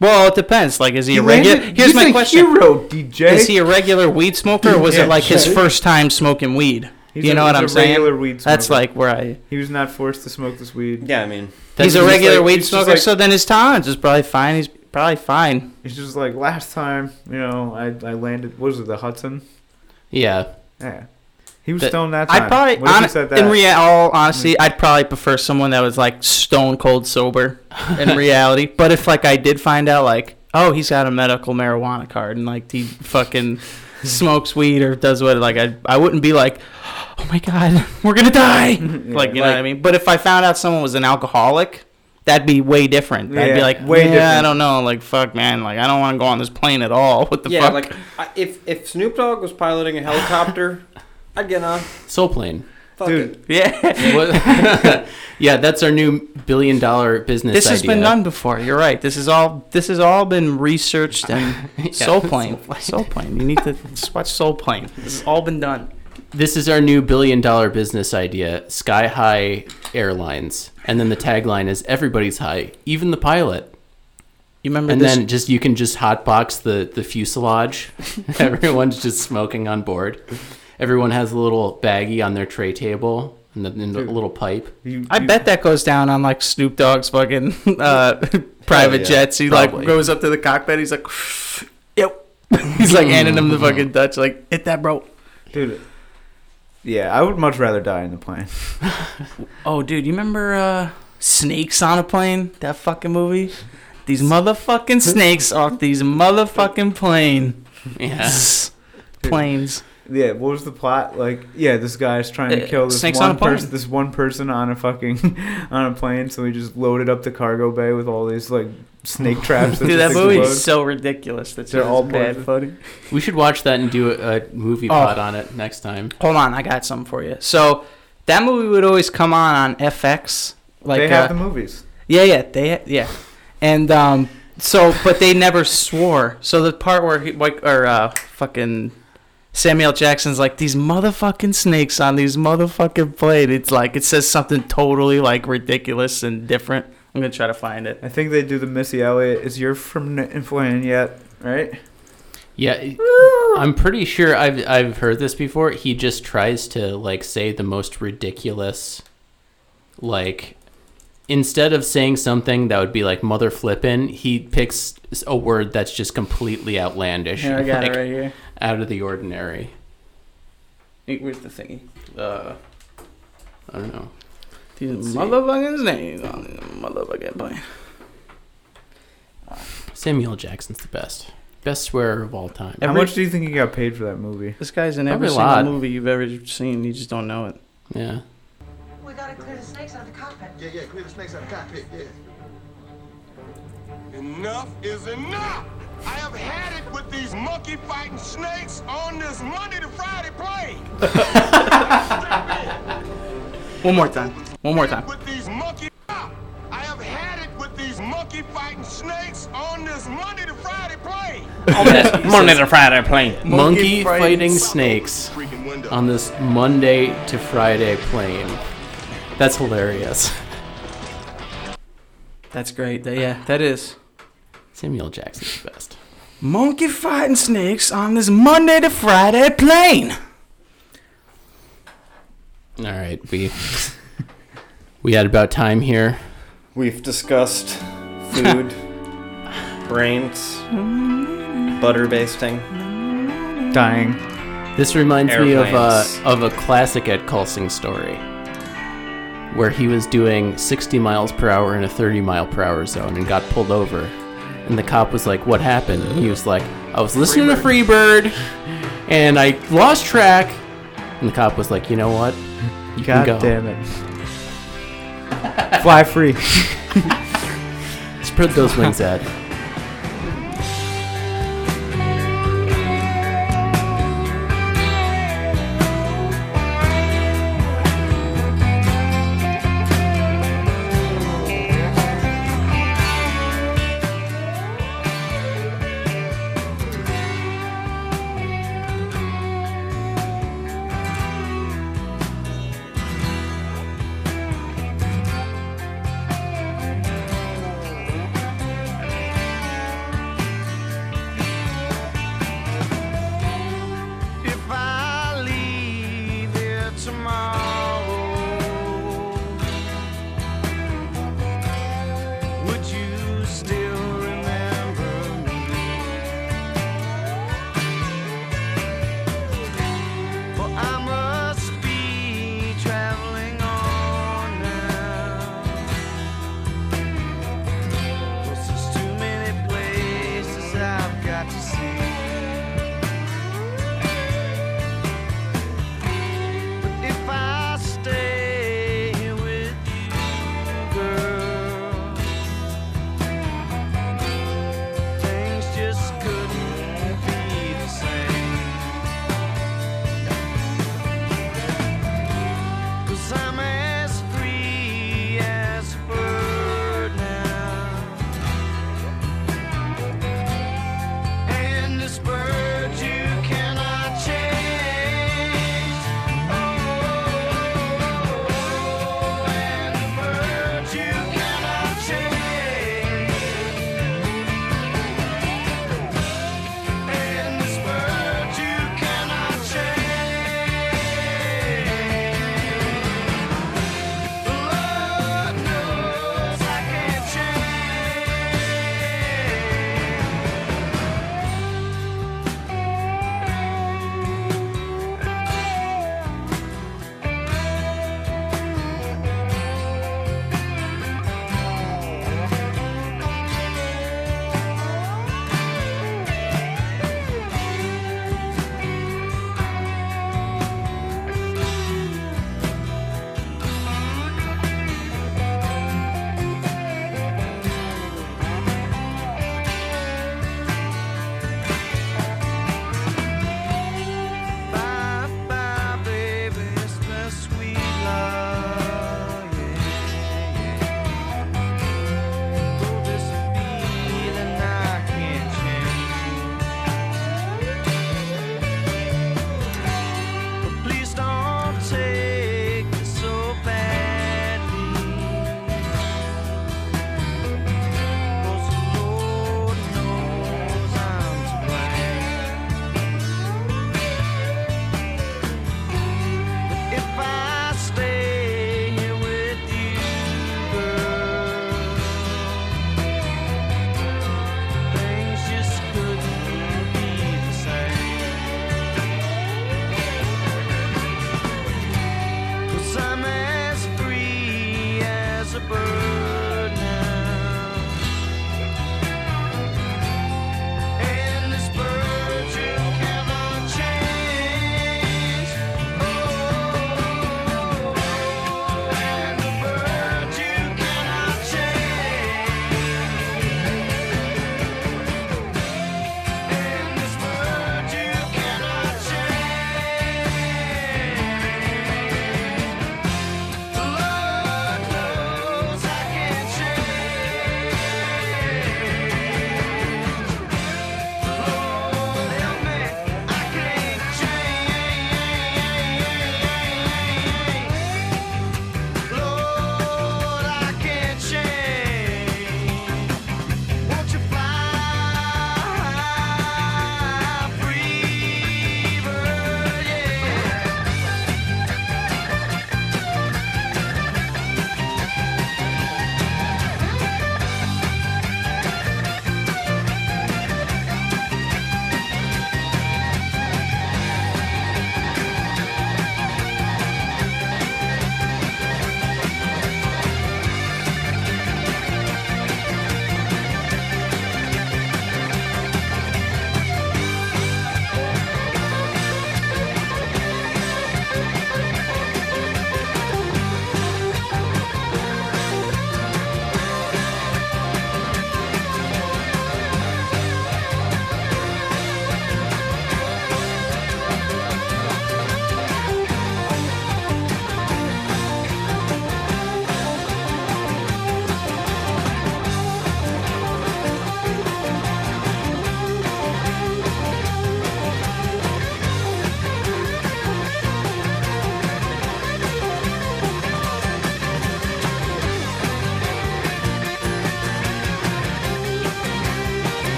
[SPEAKER 1] Well, it depends. Like, is he a regular?
[SPEAKER 3] landed-
[SPEAKER 1] Here's
[SPEAKER 3] he's
[SPEAKER 1] my
[SPEAKER 3] a
[SPEAKER 1] question:
[SPEAKER 3] Hero DJ.
[SPEAKER 1] Is he a regular weed smoker, or was
[SPEAKER 3] Yeah,
[SPEAKER 1] it like his
[SPEAKER 3] sure.
[SPEAKER 1] first time smoking weed?
[SPEAKER 3] He's
[SPEAKER 1] you
[SPEAKER 3] a-
[SPEAKER 1] know what
[SPEAKER 3] he's a
[SPEAKER 1] I'm saying?
[SPEAKER 3] regular weed
[SPEAKER 1] That's
[SPEAKER 3] smoker.
[SPEAKER 1] like where I.
[SPEAKER 3] he was not forced to smoke this weed.
[SPEAKER 4] Yeah, I mean,
[SPEAKER 1] he's a
[SPEAKER 3] just
[SPEAKER 1] regular
[SPEAKER 3] like-
[SPEAKER 1] weed
[SPEAKER 3] it's just
[SPEAKER 1] smoker,
[SPEAKER 3] like-
[SPEAKER 1] so then his tolerance is probably fine. He's probably fine.
[SPEAKER 3] It's just like last time, you know, I, I landed. What was it, the Hudson?
[SPEAKER 2] Yeah.
[SPEAKER 3] Yeah, he was
[SPEAKER 2] That-
[SPEAKER 3] stoned that time.
[SPEAKER 1] I'd probably,
[SPEAKER 3] what if he
[SPEAKER 1] hon-
[SPEAKER 3] said that? Mm.
[SPEAKER 1] in real, all honesty, I'd probably prefer someone that was like stone cold sober in reality. But if like I did find out, like, oh, he's got a medical marijuana card and like he fucking smokes weed or does what, like, I I wouldn't be like, oh my god, we're gonna die, like you know what I mean. But if I found out someone was an alcoholic. That'd be way different. I'd be
[SPEAKER 3] Yeah,
[SPEAKER 1] like,
[SPEAKER 3] way
[SPEAKER 1] yeah, I
[SPEAKER 3] different.
[SPEAKER 1] don't know, like, fuck, man, like, I don't want to go on this plane at all. What the
[SPEAKER 4] yeah,
[SPEAKER 1] fuck?
[SPEAKER 4] like I, if if Snoop Dogg was piloting a helicopter, I'd get on.
[SPEAKER 2] Soul Plane.
[SPEAKER 4] Fuck
[SPEAKER 3] Dude,
[SPEAKER 4] it.
[SPEAKER 1] yeah,
[SPEAKER 2] What- yeah, that's our new billion dollar business
[SPEAKER 1] this has been
[SPEAKER 2] idea.
[SPEAKER 1] done before. You're right. This is all this has all been researched and soul plane. Soul plane. You need to just watch soul plane. This has all been done.
[SPEAKER 2] This is our new billion dollar business idea, Sky High Airlines. And then the tagline is everybody's high, even the pilot.
[SPEAKER 1] You remember
[SPEAKER 2] And
[SPEAKER 1] this?
[SPEAKER 2] then just you can just hotbox the the fuselage. Everyone's just smoking on board. Everyone has a little baggie on their tray table and the, and the little pipe.
[SPEAKER 3] you,
[SPEAKER 1] I
[SPEAKER 3] you-
[SPEAKER 1] bet that goes down on like Snoop Dogg's fucking uh, private
[SPEAKER 4] yeah.
[SPEAKER 1] jets. He
[SPEAKER 2] Probably.
[SPEAKER 1] like goes up to the cockpit. He's like, yep. He's like handing him the fucking Dutch. Like hit that, bro.
[SPEAKER 3] dude. Yeah, I would much rather die in the plane.
[SPEAKER 1] Oh, dude, you remember uh, Snakes on a Plane? That fucking movie. These motherfucking snakes off these motherfucking plane.
[SPEAKER 2] Yeah.
[SPEAKER 1] Yes. Planes.
[SPEAKER 3] Yeah, what was the plot? Like, yeah, this guy's trying to
[SPEAKER 1] Uh,
[SPEAKER 3] kill this
[SPEAKER 1] snakes
[SPEAKER 3] one
[SPEAKER 1] on a plane.
[SPEAKER 3] person, this one person on a fucking on a plane. So he just loaded up the cargo bay with all these like snake traps. That
[SPEAKER 1] Dude, that
[SPEAKER 3] just
[SPEAKER 1] movie
[SPEAKER 3] explode.
[SPEAKER 1] is so ridiculous. That's
[SPEAKER 3] They're all
[SPEAKER 1] bad.
[SPEAKER 3] bad.
[SPEAKER 1] Funny.
[SPEAKER 2] We should watch that and do a, a movie
[SPEAKER 1] Oh.
[SPEAKER 2] pod on it next time.
[SPEAKER 1] Hold on, I got something for you. So that movie would always come on on FX. Like
[SPEAKER 3] they have
[SPEAKER 1] uh,
[SPEAKER 3] the movies.
[SPEAKER 1] yeah, yeah, they yeah, and um, so but they never swore. So the part where he, like or uh, fucking Samuel Jackson's like these motherfucking snakes on these motherfucking plane. It's like it says something totally like ridiculous and different. I'm gonna try to find it.
[SPEAKER 3] I think they do the Missy Elliott. Is you're from N- Flynn yet? Right?
[SPEAKER 2] Yeah, it- I'm pretty sure I've I've heard this before. He just tries to like say the most ridiculous, like instead of saying something that would be like mother flippin', he picks a word that's just completely outlandish,
[SPEAKER 1] Here, I got
[SPEAKER 2] like
[SPEAKER 1] it right here.
[SPEAKER 2] out of the ordinary.
[SPEAKER 1] Wait, Where's the thingy? Uh,
[SPEAKER 2] I don't know.
[SPEAKER 1] these motherfucking snakes on these motherfucking plane.
[SPEAKER 2] Samuel Jackson's the best, best swearer of all time.
[SPEAKER 3] How
[SPEAKER 1] Every-
[SPEAKER 3] much do you think he got paid for that movie?
[SPEAKER 1] This guy's in
[SPEAKER 2] Probably
[SPEAKER 1] every
[SPEAKER 2] a
[SPEAKER 1] single
[SPEAKER 2] lot.
[SPEAKER 1] movie you've ever seen. You just don't know it.
[SPEAKER 2] Yeah,
[SPEAKER 7] We gotta clear the snakes out of the cockpit.
[SPEAKER 8] Yeah, yeah, clear the snakes out of the cockpit, yeah.
[SPEAKER 5] Enough is enough! I have had it with these monkey fighting snakes on this Monday to Friday plane!
[SPEAKER 1] One more time. One more time.
[SPEAKER 5] With these monkey. I have had it with these monkey fighting snakes on this Monday to Friday plane!
[SPEAKER 2] Monday to
[SPEAKER 1] Friday plane.
[SPEAKER 2] monkey fighting snakes
[SPEAKER 5] Freaking window.
[SPEAKER 2] on this Monday to Friday plane. That's hilarious.
[SPEAKER 1] That's great. That- yeah, that is.
[SPEAKER 2] Samuel Jackson's the best.
[SPEAKER 1] Monkey fighting snakes on this Monday to Friday plane.
[SPEAKER 2] All right, we we had about time here.
[SPEAKER 4] We've discussed food, brains, butter basting.
[SPEAKER 3] Dying.
[SPEAKER 2] This reminds me of
[SPEAKER 4] Airplanes.
[SPEAKER 2] a of a classic Ed Colsing story, where he was doing 60 miles per hour in a 30 mile per hour zone and got pulled over, and the cop was like, "What happened?" And he was like, "I was listening to Freebird, and I lost track." And the cop was like, "You know what? You
[SPEAKER 3] God
[SPEAKER 2] can go.
[SPEAKER 3] damn it. Fly free.
[SPEAKER 2] Spread those wings, Ed."
[SPEAKER 5] Oh,